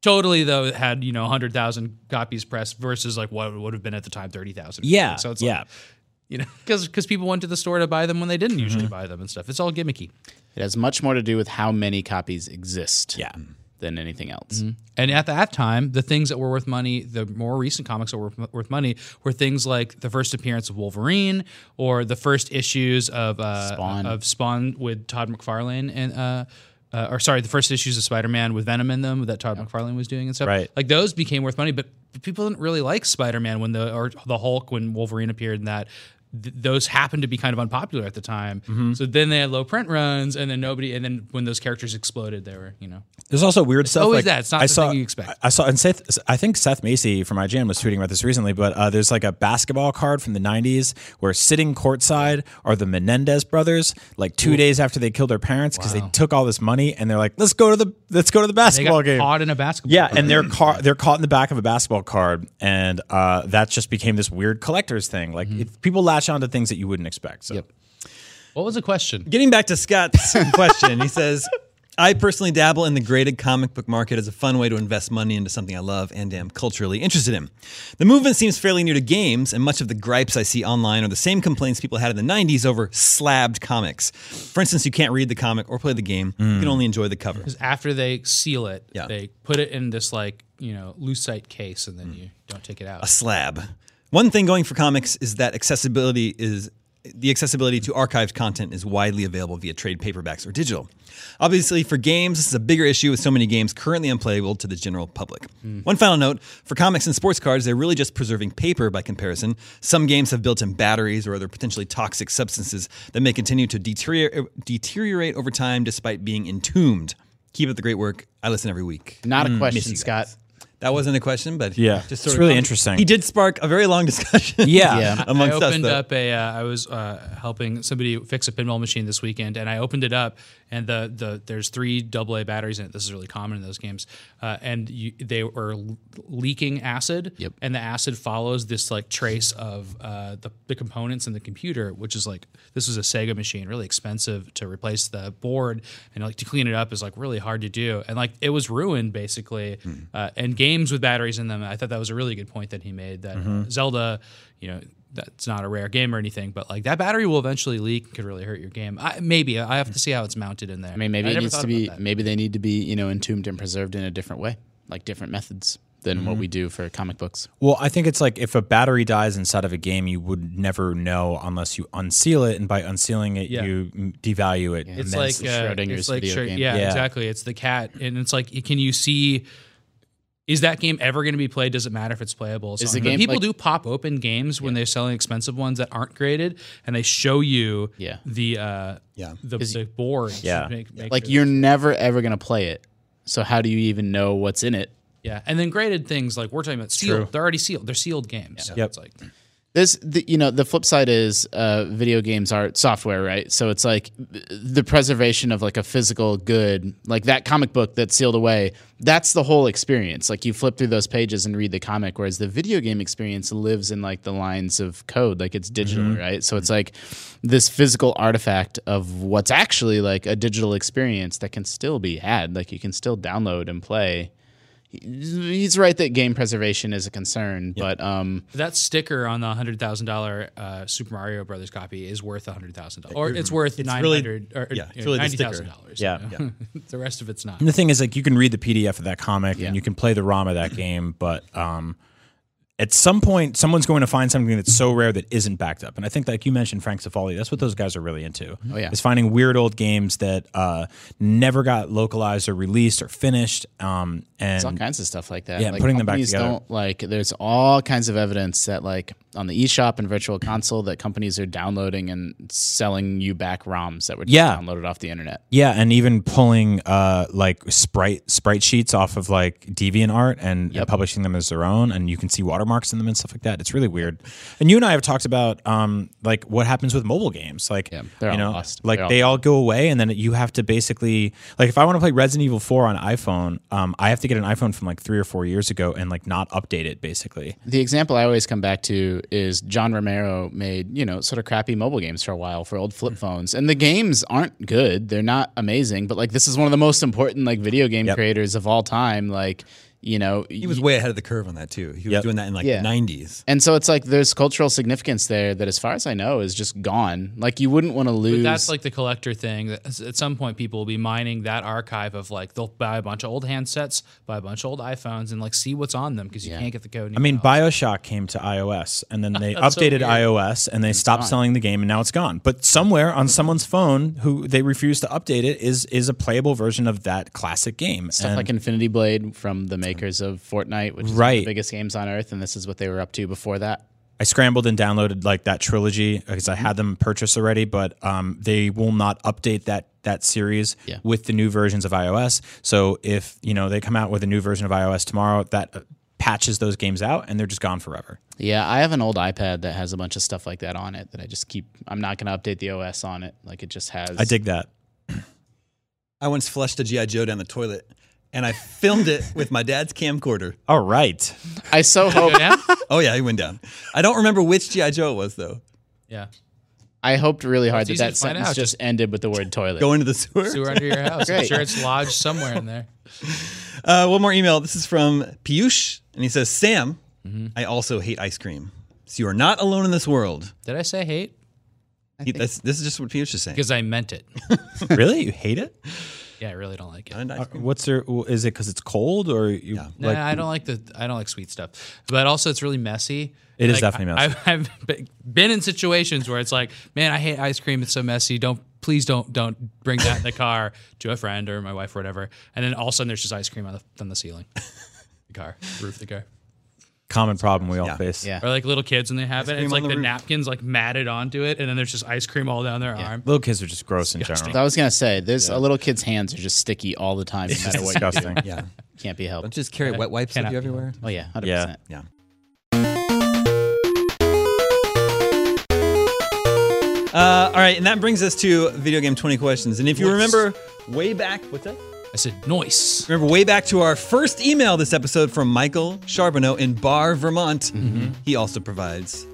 [SPEAKER 3] totally, though, it had, you know, 100,000 copies pressed versus like what would have been at the time 30,000.
[SPEAKER 5] Yeah.
[SPEAKER 3] So it's
[SPEAKER 5] yeah.
[SPEAKER 3] like, you know, because people went to the store to buy them when they didn't usually
[SPEAKER 5] Mm-hmm.
[SPEAKER 3] buy them and stuff. It's all gimmicky.
[SPEAKER 4] It has much more to do with how many copies exist
[SPEAKER 5] Yeah.
[SPEAKER 4] than anything else.
[SPEAKER 3] And at that time, the things that were worth money, the more recent comics that were worth money, were things like the first appearance of Wolverine or the first issues of uh,
[SPEAKER 4] Spawn.
[SPEAKER 3] of Spawn with Todd McFarlane and. Uh, uh, or sorry, the first issues of Spider-Man with Venom in them that Todd McFarlane was doing and stuff.
[SPEAKER 5] Right.
[SPEAKER 3] Like those became worth money, but people didn't really like Spider-Man when the or the Hulk when Wolverine appeared in that. th- those happened to be kind of unpopular at the time.
[SPEAKER 5] Mm-hmm.
[SPEAKER 3] So then they had low print runs, and then nobody. And then when those characters exploded, they were you know
[SPEAKER 5] There's also weird stuff.
[SPEAKER 3] always
[SPEAKER 5] like,
[SPEAKER 3] that. It's not
[SPEAKER 5] I
[SPEAKER 3] the
[SPEAKER 5] saw,
[SPEAKER 3] thing you expect.
[SPEAKER 5] I, I saw, and Seth, I think Seth Macy from IGN was tweeting about this recently, but uh, there's like a basketball card from the 90s where sitting courtside are the Menendez brothers, like two days after they killed their parents because they took all this money and they're like, let's go to the let's go to the
[SPEAKER 3] they
[SPEAKER 5] basketball
[SPEAKER 3] got
[SPEAKER 5] game.
[SPEAKER 3] caught in a basketball.
[SPEAKER 5] Yeah, and they're car- they're caught in the back of a basketball card, and uh, that just became this weird collector's thing. Like
[SPEAKER 3] Mm-hmm.
[SPEAKER 5] if people latch onto things that you wouldn't expect. So.
[SPEAKER 4] Yep.
[SPEAKER 3] What was the question?
[SPEAKER 1] Getting back to Scott's question, he says, I personally dabble in the graded comic book market as a fun way to invest money into something I love and am culturally interested in. The movement seems fairly new to games, and much of the gripes I see online are the same complaints people had in the 90s over slabbed comics. For instance, you can't read the comic or play the game, you can only enjoy the cover.
[SPEAKER 3] After they seal it,
[SPEAKER 1] Yeah.
[SPEAKER 3] they put it in this like you know lucite case, and then you don't take it out.
[SPEAKER 1] a slab. One thing going for comics is that accessibility is the accessibility to archived content is widely available via trade paperbacks or digital. Obviously, for games, this is a bigger issue with so many games currently unplayable to the general public. One final note for comics and sports cards, they're really just preserving paper by comparison. Some games have built in batteries or other potentially toxic substances that may continue to deterior- deteriorate over time despite being entombed. Keep up the great work. I listen every week.
[SPEAKER 4] Not a question, Scott.
[SPEAKER 1] That wasn't a question, but
[SPEAKER 5] Yeah.
[SPEAKER 1] just
[SPEAKER 5] It's
[SPEAKER 1] sort of
[SPEAKER 5] really
[SPEAKER 1] com-
[SPEAKER 5] interesting.
[SPEAKER 1] He did spark a very long discussion.
[SPEAKER 5] Yeah.
[SPEAKER 4] Yeah.
[SPEAKER 1] amongst
[SPEAKER 3] I
[SPEAKER 1] us.
[SPEAKER 3] opened
[SPEAKER 1] though.
[SPEAKER 3] up a. Uh, I was uh, helping somebody fix a pinball machine this weekend, and I opened it up, and the the there's three AA batteries in it. This is really common in those games, uh, and you, they were l- leaking acid.
[SPEAKER 4] Yep.
[SPEAKER 3] And the acid follows this like trace of uh, the the components in the computer, which is like this was a Sega machine, really expensive to replace the board, and like to clean it up is like really hard to do, and like it was ruined basically.
[SPEAKER 1] Hmm.
[SPEAKER 3] Uh, and games with batteries in them, I thought that was a really good point that he made that
[SPEAKER 1] Mm-hmm.
[SPEAKER 3] uh, Zelda, you know that's not a rare game or anything, but like that battery will eventually leak and could really hurt your game. I, maybe I have to see how it's mounted in there.
[SPEAKER 4] I mean, maybe it
[SPEAKER 3] never
[SPEAKER 4] needs
[SPEAKER 3] thought
[SPEAKER 4] to be.
[SPEAKER 3] about that.
[SPEAKER 4] Maybe they need to be, you know, entombed and preserved in a different way, like different methods than what we do for comic books.
[SPEAKER 5] Well, I think it's like if a battery dies inside of a game, you would never know unless you unseal it, and by unsealing it,
[SPEAKER 3] Yeah.
[SPEAKER 5] you devalue it.
[SPEAKER 3] It's
[SPEAKER 5] immensely.
[SPEAKER 3] like uh,
[SPEAKER 4] Schrodinger's
[SPEAKER 3] it's like
[SPEAKER 4] video
[SPEAKER 3] Schro-
[SPEAKER 4] game.
[SPEAKER 3] Yeah,
[SPEAKER 5] Yeah.
[SPEAKER 3] exactly. It's the cat, and it's like, can you see? Is that game ever going to be played? Does it matter if it's playable? So
[SPEAKER 4] Is the
[SPEAKER 3] on. But
[SPEAKER 4] game,
[SPEAKER 3] people
[SPEAKER 4] like-
[SPEAKER 3] do pop open games when they're selling expensive ones that aren't graded, and they show you
[SPEAKER 4] Yeah.
[SPEAKER 3] the uh, yeah the, the board.
[SPEAKER 5] Yeah.
[SPEAKER 4] Like you're never ever gonna play it. So how do you even know what's in it?
[SPEAKER 3] yeah, and then graded things like we're talking about sealed. They're already sealed. They're sealed games. So
[SPEAKER 5] Yep.
[SPEAKER 3] it's like
[SPEAKER 4] This, the, you know, the flip side is uh, video games are software, right? So it's like the preservation of like a physical good, like that comic book that's sealed away. That's the whole experience. Like you flip through those pages and read the comic, whereas the video game experience lives in like the lines of code, like it's digital, right? So it's like this physical artifact of what's actually like a digital experience that can still be had. Like you can still download and play. He's right that game preservation is a concern, but um.
[SPEAKER 3] That sticker on the hundred thousand dollar uh, Super Mario Brothers copy is worth hundred thousand dollars, or it's worth nine
[SPEAKER 1] really-
[SPEAKER 3] hundred or
[SPEAKER 1] yeah, it's really the
[SPEAKER 3] ninety
[SPEAKER 1] sticker.
[SPEAKER 3] thousand dollars.
[SPEAKER 5] Yeah.
[SPEAKER 3] the rest of it's not.
[SPEAKER 5] And the thing is, like, you can read the PDF of that comic
[SPEAKER 4] Yeah.
[SPEAKER 5] and you can play the ROM of that game, but um, at some point, someone's going to find something that's so rare that isn't backed up. And I think, like you mentioned, Frank Zafali, that's what those guys are really into. Oh
[SPEAKER 4] yeah.
[SPEAKER 5] is finding weird old games that uh, never got localized or released or finished. Um, and
[SPEAKER 4] There's all kinds of stuff like that.
[SPEAKER 5] Yeah,
[SPEAKER 4] like
[SPEAKER 5] putting them back
[SPEAKER 4] companies
[SPEAKER 5] together.
[SPEAKER 4] Don't, like there's all kinds of evidence that like on the eShop and virtual console that companies are downloading and selling you back ROMs that were just
[SPEAKER 5] Yeah.
[SPEAKER 4] downloaded off the internet.
[SPEAKER 5] Yeah, and even pulling uh, like sprite sprite sheets off of like DeviantArt and, and publishing them as their own, and you can see watermarks in them and stuff like that. It's really weird. And you and I have talked about um, like what happens with mobile games, like
[SPEAKER 4] they're
[SPEAKER 5] you
[SPEAKER 4] all
[SPEAKER 5] know,
[SPEAKER 4] lost.
[SPEAKER 5] like
[SPEAKER 4] They're all
[SPEAKER 5] they all go away, and then you have to basically like if I want to play Resident Evil Four on iPhone, um, I have to get an iPhone from like three or four years ago and like not update it basically.
[SPEAKER 4] The example I always come back to is John Romero made, you know, sort of crappy mobile games for a while for old
[SPEAKER 5] Mm.
[SPEAKER 4] flip phones. And the games aren't good. They're not amazing, but like this is one of the most important like video game
[SPEAKER 5] Yep.
[SPEAKER 4] creators of all time. Like, you know,
[SPEAKER 1] He was way ahead of the curve on that too. He was
[SPEAKER 5] Yep.
[SPEAKER 1] doing that in like
[SPEAKER 4] Yeah.
[SPEAKER 1] the 90s.
[SPEAKER 4] and so it's like there's cultural significance there that as far as I know is just gone. Like you wouldn't want to lose
[SPEAKER 3] But that's like the collector thing. That s- at some point, people will be mining that archive of like they'll buy a bunch of old handsets, buy a bunch of old iPhones, and like see what's on them because you can't get the code.
[SPEAKER 5] I mean, Bioshock came to iOS, and then they
[SPEAKER 3] That's so
[SPEAKER 5] updated
[SPEAKER 3] weird.
[SPEAKER 5] iOS, and they stopped selling the game, and now it's gone. But somewhere on someone's phone, who they refuse to update it, is is a playable version of that classic game.
[SPEAKER 4] stuff
[SPEAKER 5] And-
[SPEAKER 4] like Infinity Blade from the makers of Fortnite, which is one of
[SPEAKER 5] Right.
[SPEAKER 4] the biggest games on earth, and this is what they were up to before that.
[SPEAKER 5] I scrambled and downloaded like that trilogy because I had them purchased already, but um, they will not update that that series
[SPEAKER 4] Yeah.
[SPEAKER 5] with the new versions of iOS. So if you know they come out with a new version of iOS tomorrow, that uh, patches those games out and they're just gone forever.
[SPEAKER 4] Yeah, I have an old iPad that has a bunch of stuff like that on it that I just keep. I'm not going to update the OS on it. Like it just has.
[SPEAKER 5] I dig that.
[SPEAKER 1] I once flushed a GI Joe down the toilet, and I filmed it with my dad's camcorder.
[SPEAKER 5] All right.
[SPEAKER 4] I so hope.
[SPEAKER 3] Yeah.
[SPEAKER 1] Oh yeah, he went down. I don't remember which GI Joe it was though.
[SPEAKER 3] yeah.
[SPEAKER 4] I hoped really hard that
[SPEAKER 3] easy
[SPEAKER 4] that
[SPEAKER 3] to find
[SPEAKER 4] sentence
[SPEAKER 3] out.
[SPEAKER 4] just ended with the word toilet.
[SPEAKER 1] Go into the sewer.
[SPEAKER 3] Sewer under your house. I'm
[SPEAKER 4] Great.
[SPEAKER 3] sure it's lodged somewhere in there.
[SPEAKER 1] Uh, one more email. This is from Piyush, and he says, "Sam,
[SPEAKER 3] Mm-hmm.
[SPEAKER 1] I also hate ice cream. So you are not alone in this world."
[SPEAKER 3] Did I say hate?
[SPEAKER 1] He- that's, this is just what Piyush is saying.
[SPEAKER 3] Because I meant it.
[SPEAKER 5] really? You hate it?
[SPEAKER 3] Yeah, I really don't like it.
[SPEAKER 1] And ice
[SPEAKER 5] Uh,
[SPEAKER 1] cream.
[SPEAKER 5] What's there? w- Is it because it's cold or you
[SPEAKER 3] Nah,
[SPEAKER 5] like?
[SPEAKER 3] I don't like the I don't like sweet stuff. But also, it's really messy.
[SPEAKER 5] It is
[SPEAKER 3] Like,
[SPEAKER 5] definitely
[SPEAKER 3] I-
[SPEAKER 5] messy.
[SPEAKER 3] I've, I've be- been in situations where it's like, man, I hate ice cream. It's so messy. Don't please don't don't bring that in the car to a friend or my wife or whatever. And then all of a sudden, there's just ice cream on the on the ceiling, the car, roof of the car,
[SPEAKER 5] common problem we all
[SPEAKER 1] Yeah.
[SPEAKER 5] face.
[SPEAKER 4] Yeah.
[SPEAKER 3] or like little kids when they have it.
[SPEAKER 1] cream
[SPEAKER 3] It's like
[SPEAKER 1] on
[SPEAKER 3] the,
[SPEAKER 1] the roof.
[SPEAKER 3] napkins like matted onto it, and then there's just ice cream all down their arm.
[SPEAKER 5] Little kids are just gross in general.
[SPEAKER 4] I was going to say, there's a little kid's hands are just sticky all the time, no matter what. You
[SPEAKER 5] Disgusting.
[SPEAKER 1] yeah,
[SPEAKER 4] do. Can't be
[SPEAKER 1] don't
[SPEAKER 4] helped.
[SPEAKER 1] just carry wet wipes with
[SPEAKER 3] Cannot
[SPEAKER 1] you
[SPEAKER 3] be
[SPEAKER 1] everywhere.
[SPEAKER 4] Oh yeah, hundred
[SPEAKER 5] Yeah.
[SPEAKER 4] percent.
[SPEAKER 1] Yeah. Uh, all right, and that brings us to video game 20 questions. And if you remember way back, what's that?
[SPEAKER 3] I said noise.
[SPEAKER 1] Remember way back to our first email this episode from Michael Charbonneau in Barre, Vermont. He also provides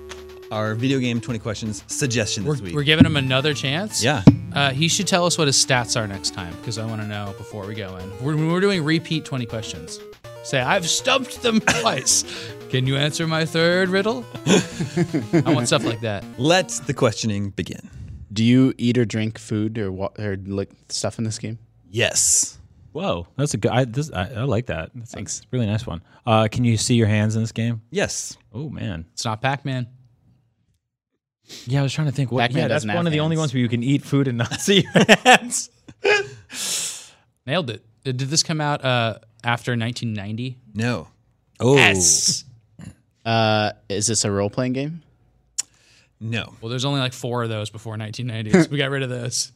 [SPEAKER 1] our video game 20 questions suggestion this week.
[SPEAKER 3] We're giving him another chance.
[SPEAKER 1] yeah.
[SPEAKER 3] Uh, he should tell us what his stats are next time because I want to know before we go in. We're, when we're doing repeat 20 questions. Say, I've stumped them twice. Can you answer my third riddle? I want stuff like that.
[SPEAKER 1] Let the questioning begin.
[SPEAKER 4] Do you eat or drink food or wa- or like stuff in this game?
[SPEAKER 1] Yes.
[SPEAKER 5] Whoa, that's a good. I, this, I, I like that. That's
[SPEAKER 4] Thanks.
[SPEAKER 5] A really nice one. Uh, can you see your hands in this game?
[SPEAKER 1] Yes.
[SPEAKER 5] Oh man.
[SPEAKER 3] It's not Pac Man.
[SPEAKER 5] Yeah, I was trying to think. What,
[SPEAKER 4] Pac-Man
[SPEAKER 5] yeah, that's
[SPEAKER 4] doesn't
[SPEAKER 5] one
[SPEAKER 4] have
[SPEAKER 5] of the only
[SPEAKER 4] hands.
[SPEAKER 5] ones where you can eat food and not see your hands.
[SPEAKER 3] Nailed it. Uh, Did this come out uh, after 1990?
[SPEAKER 1] No.
[SPEAKER 5] Oh,
[SPEAKER 4] Uh, is this a role playing game?
[SPEAKER 1] No.
[SPEAKER 3] Well, there's only like four of those before 1990. so we got rid of those.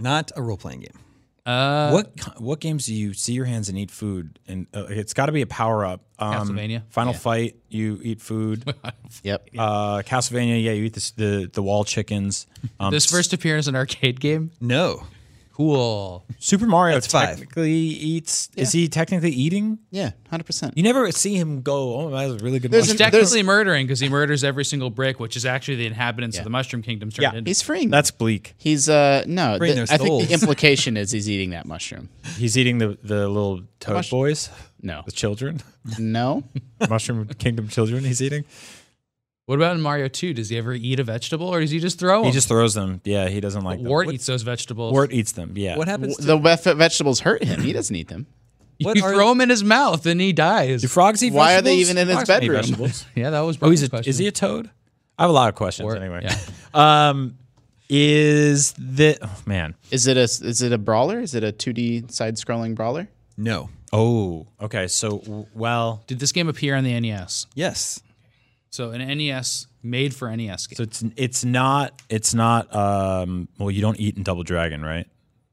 [SPEAKER 1] Not a role playing game.
[SPEAKER 5] what ki- what games do you see your hands and eat food? And uh, it's got to be a power up. Um,
[SPEAKER 3] Castlevania?
[SPEAKER 5] Final Fight, you eat food.
[SPEAKER 4] Yep.
[SPEAKER 5] uh, Castlevania, yeah, you eat this, the the wall chickens. Um,
[SPEAKER 3] This first appearance in an arcade game?
[SPEAKER 1] No.
[SPEAKER 3] Cool.
[SPEAKER 5] Super Mario
[SPEAKER 1] That's five.
[SPEAKER 5] technically eats. Is he technically eating?
[SPEAKER 4] yeah, hundred percent.
[SPEAKER 5] You never see him go. Oh, that was a really good.
[SPEAKER 4] There's
[SPEAKER 5] one."
[SPEAKER 4] an-
[SPEAKER 3] He's technically murdering because he murders every single brick, which is actually the inhabitants
[SPEAKER 4] Yeah.
[SPEAKER 3] of the Mushroom Kingdom turned
[SPEAKER 5] Yeah.
[SPEAKER 3] into.
[SPEAKER 4] He's freeing.
[SPEAKER 5] That's bleak.
[SPEAKER 4] he's uh no.
[SPEAKER 1] Freeing
[SPEAKER 4] the-
[SPEAKER 1] their
[SPEAKER 4] I think
[SPEAKER 1] souls.
[SPEAKER 4] the implication is he's eating that mushroom.
[SPEAKER 5] He's eating the, the little toad
[SPEAKER 4] mush-
[SPEAKER 5] boys,
[SPEAKER 4] No,
[SPEAKER 5] the children,
[SPEAKER 4] no.
[SPEAKER 5] Mushroom Kingdom children. He's eating.
[SPEAKER 3] What about in Mario 2? Does he ever eat a vegetable or does he just throw them?
[SPEAKER 5] He just throws them. Yeah, he doesn't like them.
[SPEAKER 3] Oh. Wart eats those vegetables.
[SPEAKER 5] Wart eats them. Yeah.
[SPEAKER 1] What happens? To,
[SPEAKER 4] The ve- vegetables hurt him. He doesn't eat them.
[SPEAKER 1] what
[SPEAKER 3] you
[SPEAKER 1] are-
[SPEAKER 3] throw him in his mouth and he
[SPEAKER 5] Do
[SPEAKER 3] dies.
[SPEAKER 5] frogs eat?
[SPEAKER 4] Why are
[SPEAKER 5] vegetables?
[SPEAKER 4] they even in his
[SPEAKER 5] Frogs don't eat
[SPEAKER 4] bedroom?
[SPEAKER 5] vegetables.
[SPEAKER 3] Yeah, that was.
[SPEAKER 5] oh, he's a,
[SPEAKER 3] Brian's
[SPEAKER 5] is he a
[SPEAKER 3] question.
[SPEAKER 5] toad? I have a lot of questions
[SPEAKER 3] Wart,
[SPEAKER 5] anyway.
[SPEAKER 3] yeah.
[SPEAKER 5] Um, is the oh man?
[SPEAKER 4] Is it a is it a brawler? Is it a two D side scrolling brawler?
[SPEAKER 1] no.
[SPEAKER 5] Oh, okay. So w- well,
[SPEAKER 3] Did this game appear on the NES?
[SPEAKER 1] Yes.
[SPEAKER 3] So an NES made for NES game.
[SPEAKER 5] so it's it's not it's not um. Well, you don't eat in Double Dragon, right?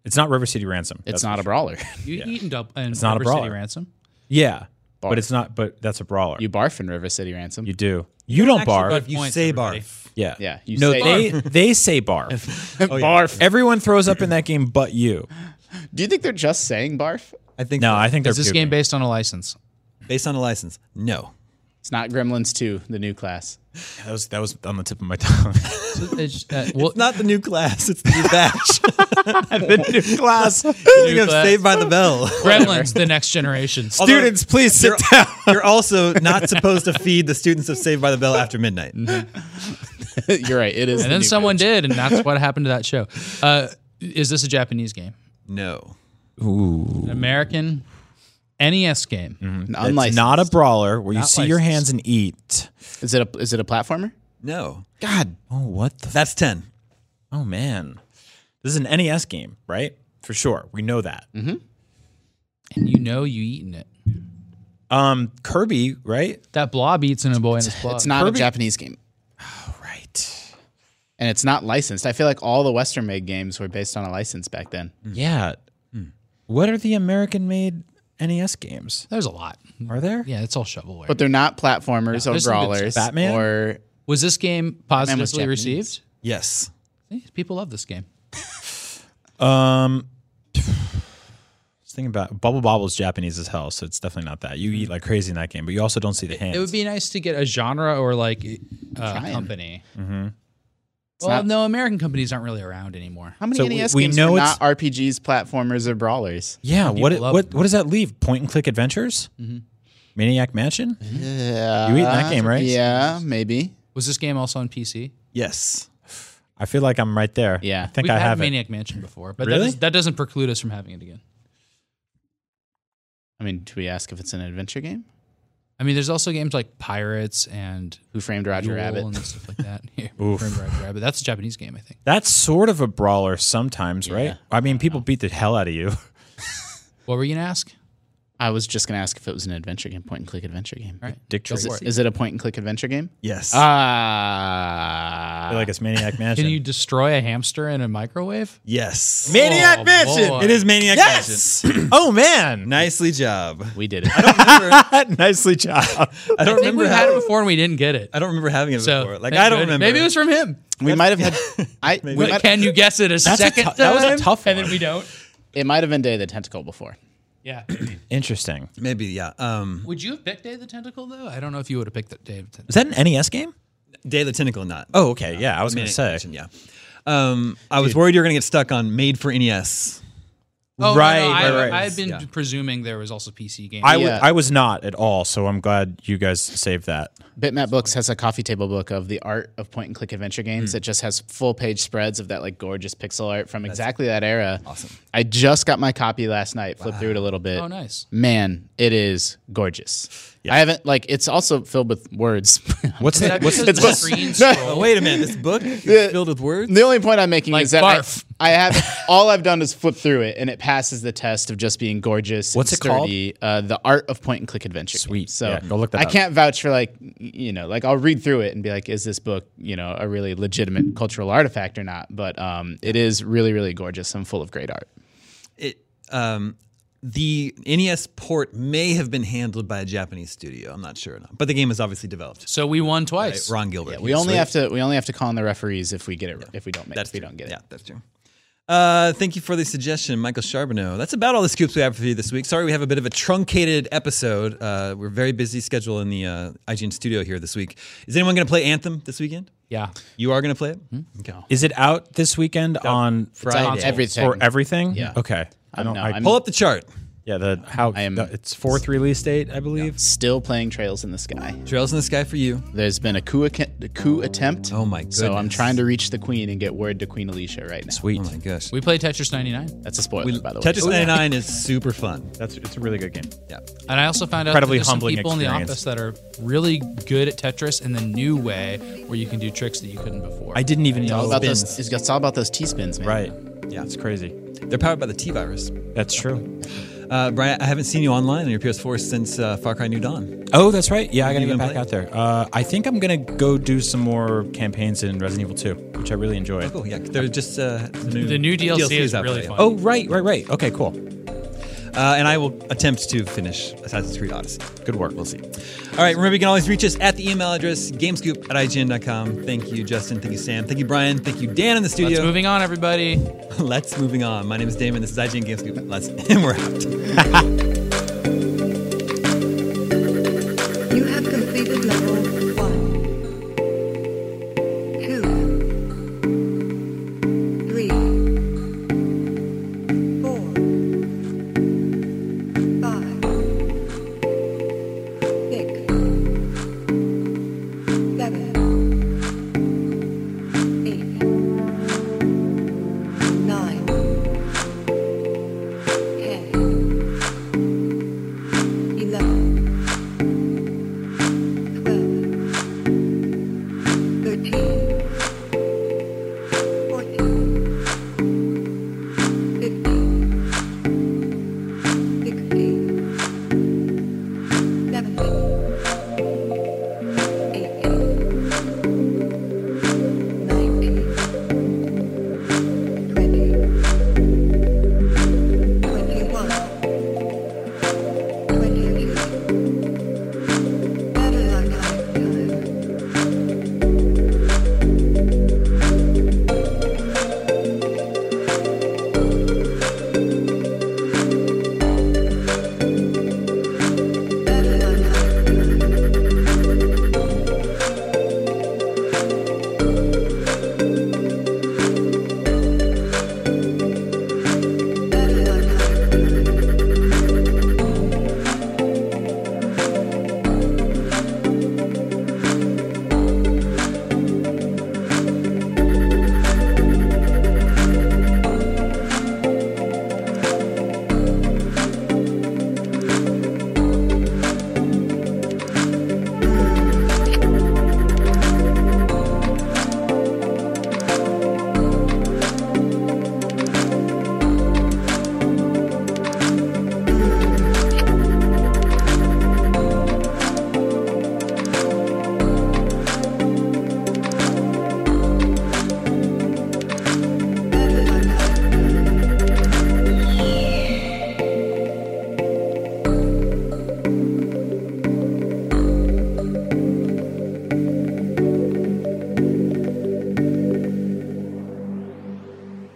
[SPEAKER 5] It's not River City Ransom.
[SPEAKER 4] It's
[SPEAKER 5] That's-
[SPEAKER 4] not a brawler.
[SPEAKER 3] you eat and double and
[SPEAKER 5] It's not a
[SPEAKER 3] River City
[SPEAKER 5] brawler.
[SPEAKER 3] ransom.
[SPEAKER 5] Yeah,
[SPEAKER 4] Barf.
[SPEAKER 5] but it's not. But that's a brawler.
[SPEAKER 4] You barf in River City Ransom.
[SPEAKER 5] You do. You don't barf.
[SPEAKER 3] Good
[SPEAKER 1] You
[SPEAKER 3] points,
[SPEAKER 1] say
[SPEAKER 3] everybody.
[SPEAKER 1] barf.
[SPEAKER 5] Yeah.
[SPEAKER 4] Yeah, you
[SPEAKER 5] no, they
[SPEAKER 4] say
[SPEAKER 5] they say barf.
[SPEAKER 4] barf.
[SPEAKER 5] Everyone throws up in that game, but you.
[SPEAKER 4] Do you think they're just saying barf?
[SPEAKER 1] I think
[SPEAKER 5] No,
[SPEAKER 1] so.
[SPEAKER 5] I think
[SPEAKER 3] Is
[SPEAKER 5] they're
[SPEAKER 3] this game
[SPEAKER 5] puking.
[SPEAKER 3] based on a license?
[SPEAKER 1] based on a license. No.
[SPEAKER 4] It's not Gremlins 2, the new class.
[SPEAKER 5] That was that was on the tip of my tongue.
[SPEAKER 3] It's, uh, well,
[SPEAKER 1] Not the new class. It's the new batch.
[SPEAKER 5] the new class.
[SPEAKER 1] you have
[SPEAKER 3] class.
[SPEAKER 1] Saved by the Bell.
[SPEAKER 3] Gremlins, the next generation.
[SPEAKER 5] Students, please sit
[SPEAKER 1] you're,
[SPEAKER 5] down.
[SPEAKER 1] you're also not supposed to feed the students of Saved by the Bell after midnight.
[SPEAKER 3] Mm-hmm.
[SPEAKER 4] You're right. It is.
[SPEAKER 3] and then someone did, and that's what happened to that show. Uh, is this a Japanese game?
[SPEAKER 1] No.
[SPEAKER 3] An American NES game?
[SPEAKER 5] It's
[SPEAKER 4] Unlicensed.
[SPEAKER 5] not a brawler where you
[SPEAKER 3] Not
[SPEAKER 5] see your
[SPEAKER 3] licensed.
[SPEAKER 5] hands and eat.
[SPEAKER 4] Is it a is it a platformer?
[SPEAKER 1] No.
[SPEAKER 5] God. Oh what the? F-
[SPEAKER 1] That's 10.
[SPEAKER 5] oh man. This is an NES game, right? For sure. We know that.
[SPEAKER 3] And you know you eating it.
[SPEAKER 5] Um, Kirby, right?
[SPEAKER 3] That blob eats in a boy and his blob.
[SPEAKER 4] It's not
[SPEAKER 5] Kirby-
[SPEAKER 4] a Japanese game. and it's not licensed. I feel like all the Western made games were based on a license back then.
[SPEAKER 5] Mm. Yeah.
[SPEAKER 3] Mm.
[SPEAKER 5] What are the American made NES games?
[SPEAKER 3] There's a lot.
[SPEAKER 5] Are there?
[SPEAKER 3] Yeah, it's all shovelware.
[SPEAKER 4] But they're not platformers or
[SPEAKER 3] there's some good
[SPEAKER 4] brawlers
[SPEAKER 5] stuff. Batman?
[SPEAKER 4] or
[SPEAKER 3] was this game
[SPEAKER 4] was
[SPEAKER 3] positively
[SPEAKER 4] Japanese.
[SPEAKER 3] received?
[SPEAKER 5] Yes.
[SPEAKER 3] Hey, People love this game.
[SPEAKER 5] Um, just thinking about Bubble Bobble's Japanese as hell, so it's definitely not that. You eat like crazy in that game, but you also don't see the hands.
[SPEAKER 3] Mm-hmm. It would be nice to get a genre or like uh,
[SPEAKER 4] trying.
[SPEAKER 3] company.
[SPEAKER 5] Mm-hmm.
[SPEAKER 4] It's
[SPEAKER 3] Well,
[SPEAKER 4] not-
[SPEAKER 3] no, American companies aren't really around anymore.
[SPEAKER 4] how many
[SPEAKER 5] So we-
[SPEAKER 4] NES
[SPEAKER 5] we
[SPEAKER 4] games
[SPEAKER 5] know
[SPEAKER 4] were
[SPEAKER 5] it's-
[SPEAKER 4] not RPGs, platformers, or brawlers?
[SPEAKER 5] yeah. What it-
[SPEAKER 3] love Mm-hmm.
[SPEAKER 5] what
[SPEAKER 3] them.
[SPEAKER 5] what does that leave? Point and click adventures. Maniac Mansion.
[SPEAKER 3] Mm-hmm.
[SPEAKER 4] Yeah,
[SPEAKER 5] You eat in that game, right?
[SPEAKER 4] Uh, Yeah, maybe.
[SPEAKER 3] Was this game also on PC?
[SPEAKER 5] Yes. I feel like I'm right there.
[SPEAKER 4] Yeah.
[SPEAKER 5] I think
[SPEAKER 3] We've
[SPEAKER 5] I
[SPEAKER 3] had
[SPEAKER 5] have it.
[SPEAKER 3] Maniac Mansion before, but that,
[SPEAKER 5] Really?
[SPEAKER 3] does, that doesn't preclude us from having it again.
[SPEAKER 4] I mean, do we ask if it's an adventure game?
[SPEAKER 3] I mean, there's also games like Pirates and
[SPEAKER 4] Who framed Roger
[SPEAKER 3] Yule
[SPEAKER 4] Rabbit?
[SPEAKER 3] and stuff like that. Yeah, Roger Rabbit. That's a Japanese game, I think.
[SPEAKER 5] That's sort of a brawler sometimes, right? I mean, people beat the hell out of you.
[SPEAKER 3] What were you gonna ask?
[SPEAKER 4] I was just gonna ask if it was an adventure game, point and click adventure game.
[SPEAKER 3] All right,
[SPEAKER 5] Dick
[SPEAKER 3] go
[SPEAKER 5] Tracy.
[SPEAKER 3] for it.
[SPEAKER 4] Is it a point and click adventure game?
[SPEAKER 5] Yes. I
[SPEAKER 4] Ah,
[SPEAKER 5] feel like it's Maniac Mansion.
[SPEAKER 3] Can you destroy a hamster in a microwave?
[SPEAKER 1] Yes.
[SPEAKER 5] Maniac
[SPEAKER 3] Oh,
[SPEAKER 5] Mansion.
[SPEAKER 3] boy.
[SPEAKER 5] It is Maniac
[SPEAKER 1] Yes!
[SPEAKER 5] Mansion. oh man.
[SPEAKER 1] Nicely job.
[SPEAKER 4] we did it.
[SPEAKER 5] Nicely job.
[SPEAKER 1] I don't
[SPEAKER 3] I think
[SPEAKER 1] remember
[SPEAKER 3] we've had it
[SPEAKER 1] having-
[SPEAKER 3] before and we didn't get it.
[SPEAKER 1] I don't remember having it before.
[SPEAKER 3] So
[SPEAKER 1] Like
[SPEAKER 3] thank
[SPEAKER 1] I don't
[SPEAKER 3] goodness.
[SPEAKER 1] remember.
[SPEAKER 3] Maybe it was from him.
[SPEAKER 4] we might have had. I we
[SPEAKER 3] But
[SPEAKER 4] might-
[SPEAKER 3] can you guess it a second
[SPEAKER 5] tou- that was a
[SPEAKER 3] time?
[SPEAKER 5] tough
[SPEAKER 3] And then
[SPEAKER 5] one.
[SPEAKER 3] we don't.
[SPEAKER 4] it might have been Day of the Tentacle before.
[SPEAKER 3] Yeah.
[SPEAKER 5] Interesting.
[SPEAKER 1] Maybe yeah. Um,
[SPEAKER 3] would you have picked Day of the Tentacle though? I don't know if you would have picked that Day of the Tentacle.
[SPEAKER 5] Is that an NES game?
[SPEAKER 1] Day of the Tentacle not.
[SPEAKER 5] Oh, okay. Yeah, I was going to
[SPEAKER 1] Maniac
[SPEAKER 5] say.
[SPEAKER 1] Mansion, yeah. Um, I was worried you were gonna get stuck on made for E NES.
[SPEAKER 3] Oh,
[SPEAKER 5] Right,
[SPEAKER 3] no, no, I,
[SPEAKER 5] right, right.
[SPEAKER 3] I had been
[SPEAKER 1] Yeah.
[SPEAKER 3] presuming there was also PC games.
[SPEAKER 5] I, w-
[SPEAKER 4] Yeah.
[SPEAKER 5] I was not at all, so I'm glad you guys saved that.
[SPEAKER 4] Bitmap Books has a coffee table book of the art of point and click adventure games.
[SPEAKER 3] Hmm.
[SPEAKER 4] It just has full page spreads of that like gorgeous pixel art from exactly that era. Awesome. I just got my copy last night. Flipped through it a little bit.
[SPEAKER 3] oh, nice.
[SPEAKER 4] Man, it is gorgeous. I haven't like it's also filled with words.
[SPEAKER 5] What's the,
[SPEAKER 3] What's
[SPEAKER 5] what's
[SPEAKER 3] the
[SPEAKER 5] the,
[SPEAKER 4] what-
[SPEAKER 3] screen scroll?
[SPEAKER 1] Oh, wait a minute. This book is filled with words.
[SPEAKER 4] the only point I'm making
[SPEAKER 3] Like
[SPEAKER 4] is that I-
[SPEAKER 3] barf.
[SPEAKER 4] I, have all I've done is flip through it and it passes the test of just being gorgeous.
[SPEAKER 5] What's
[SPEAKER 4] and
[SPEAKER 5] it called?
[SPEAKER 4] sturdy. Uh, the art of point and click adventure. games.
[SPEAKER 5] Sweet.
[SPEAKER 4] So
[SPEAKER 5] Yeah, go look that
[SPEAKER 4] I
[SPEAKER 5] up.
[SPEAKER 4] can't vouch for like y- you know like I'll read through it and be like, is this book you know a really legitimate cultural artifact or not? But um, it is really really gorgeous and full of great art.
[SPEAKER 1] It, um, the NES port may have been handled by a Japanese studio. I'm not sure, or not. but the game is obviously developed.
[SPEAKER 3] So we won
[SPEAKER 1] Right?
[SPEAKER 3] twice.
[SPEAKER 1] Ron Gilbert.
[SPEAKER 4] We only have to we only have to call on the referees if we get it if we don't make
[SPEAKER 1] That's
[SPEAKER 4] if we
[SPEAKER 1] true.
[SPEAKER 4] don't get it.
[SPEAKER 1] Yeah, that's true. Uh, thank you for the suggestion, Michael Charbonneau. That's about all the scoops we have for you this week. Sorry, we have a bit of a truncated episode. Uh, we're very busy schedule in the uh, IGN studio here this week. Is anyone going to play Anthem this weekend?
[SPEAKER 3] Yeah.
[SPEAKER 1] You are going to play it.
[SPEAKER 4] Hmm?
[SPEAKER 1] Okay.
[SPEAKER 5] is it out this weekend on
[SPEAKER 1] Friday.
[SPEAKER 4] It's on everything.
[SPEAKER 5] for everything?
[SPEAKER 4] Yeah.
[SPEAKER 5] Okay. I don't.
[SPEAKER 4] No,
[SPEAKER 5] I,
[SPEAKER 4] I'm-
[SPEAKER 1] Pull up the chart.
[SPEAKER 5] yeah. The how
[SPEAKER 4] I am-
[SPEAKER 5] the- it's fourth release date, I believe.
[SPEAKER 4] Still playing Trails in the Sky.
[SPEAKER 1] Trails in the sky for you.
[SPEAKER 4] There's been a coup, a coup attempt.
[SPEAKER 1] Oh my goodness.
[SPEAKER 4] So I'm trying to reach the queen and get word to Queen Alicia right now.
[SPEAKER 5] Sweet.
[SPEAKER 1] Oh my gosh.
[SPEAKER 3] We played Tetris 99.
[SPEAKER 4] That's a spoiler, by the way. Oh,
[SPEAKER 1] Tetris 99 is super fun.
[SPEAKER 5] That's it's a really good game.
[SPEAKER 1] Yeah.
[SPEAKER 3] And I also found out
[SPEAKER 5] Incredibly
[SPEAKER 3] that there's some
[SPEAKER 5] humbling
[SPEAKER 3] people in
[SPEAKER 5] experience.
[SPEAKER 3] the office that are really good at Tetris in the new way where you can do tricks that you couldn't before.
[SPEAKER 5] I didn't even
[SPEAKER 4] It's all
[SPEAKER 5] know
[SPEAKER 4] about
[SPEAKER 5] Spins.
[SPEAKER 4] those. It's all about those T spins, man.
[SPEAKER 5] Right.
[SPEAKER 1] Yeah.
[SPEAKER 5] It's crazy.
[SPEAKER 1] They're powered by the T virus.
[SPEAKER 5] That's true.
[SPEAKER 1] Uh, Brian, I haven't seen you online on your PS4 since uh, Far Cry New Dawn.
[SPEAKER 5] Oh, that's right. Yeah, I gotta
[SPEAKER 1] You
[SPEAKER 5] get
[SPEAKER 1] gonna
[SPEAKER 5] back
[SPEAKER 1] play?
[SPEAKER 5] out there. Uh, I think I'm gonna go do some more campaigns in Resident Evil 2, which I really enjoyed.
[SPEAKER 1] Oh, Cool. Yeah. They're just uh, new,
[SPEAKER 3] The new DLC is
[SPEAKER 1] out
[SPEAKER 3] really
[SPEAKER 1] today.
[SPEAKER 3] fun.
[SPEAKER 5] Oh, right, right, right. Okay, cool.
[SPEAKER 1] Uh, and I will attempt to finish Assassin's Creed Odyssey.
[SPEAKER 5] Good work. We'll see.
[SPEAKER 1] All right, remember you can always reach us at the email address gamescoop at ign.com. Thank you, Justin. Thank you, Sam. Thank you, Brian. Thank you, Dan in the
[SPEAKER 3] Let's
[SPEAKER 1] studio.
[SPEAKER 3] moving on, everybody.
[SPEAKER 1] Let's, moving on. My name is Damon. This is IGN Gamescoop. Let's and we're out.
[SPEAKER 7] You have completed level one, two, three, four, five, six, seven, eight, nine, ten,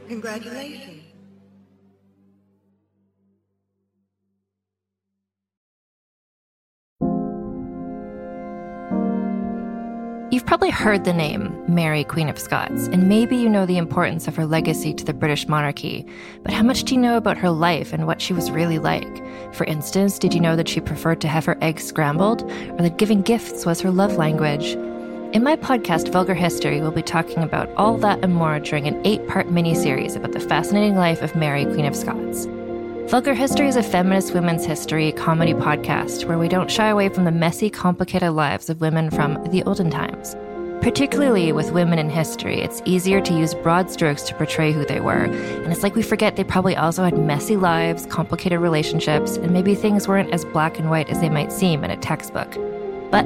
[SPEAKER 7] Congratulations.
[SPEAKER 8] You've probably heard the name Mary, Queen of Scots, and maybe you know the importance of her legacy to the British monarchy. But how much do you know about her life and what she was really like? For instance, did you know that she preferred to have her eggs scrambled, or that giving gifts was her love language? In my podcast, Vulgar History, we'll be talking about all that and more during an eight part miniseries about the fascinating life of Mary, Queen of Scots. Vulgar History is a feminist women's history comedy podcast where we don't shy away from the messy, complicated lives of women from the olden times. Particularly with women in history, it's easier to use broad strokes to portray who they were, and it's like we forget they probably also had messy lives, complicated relationships, and maybe things weren't as black and white as they might seem in a textbook. But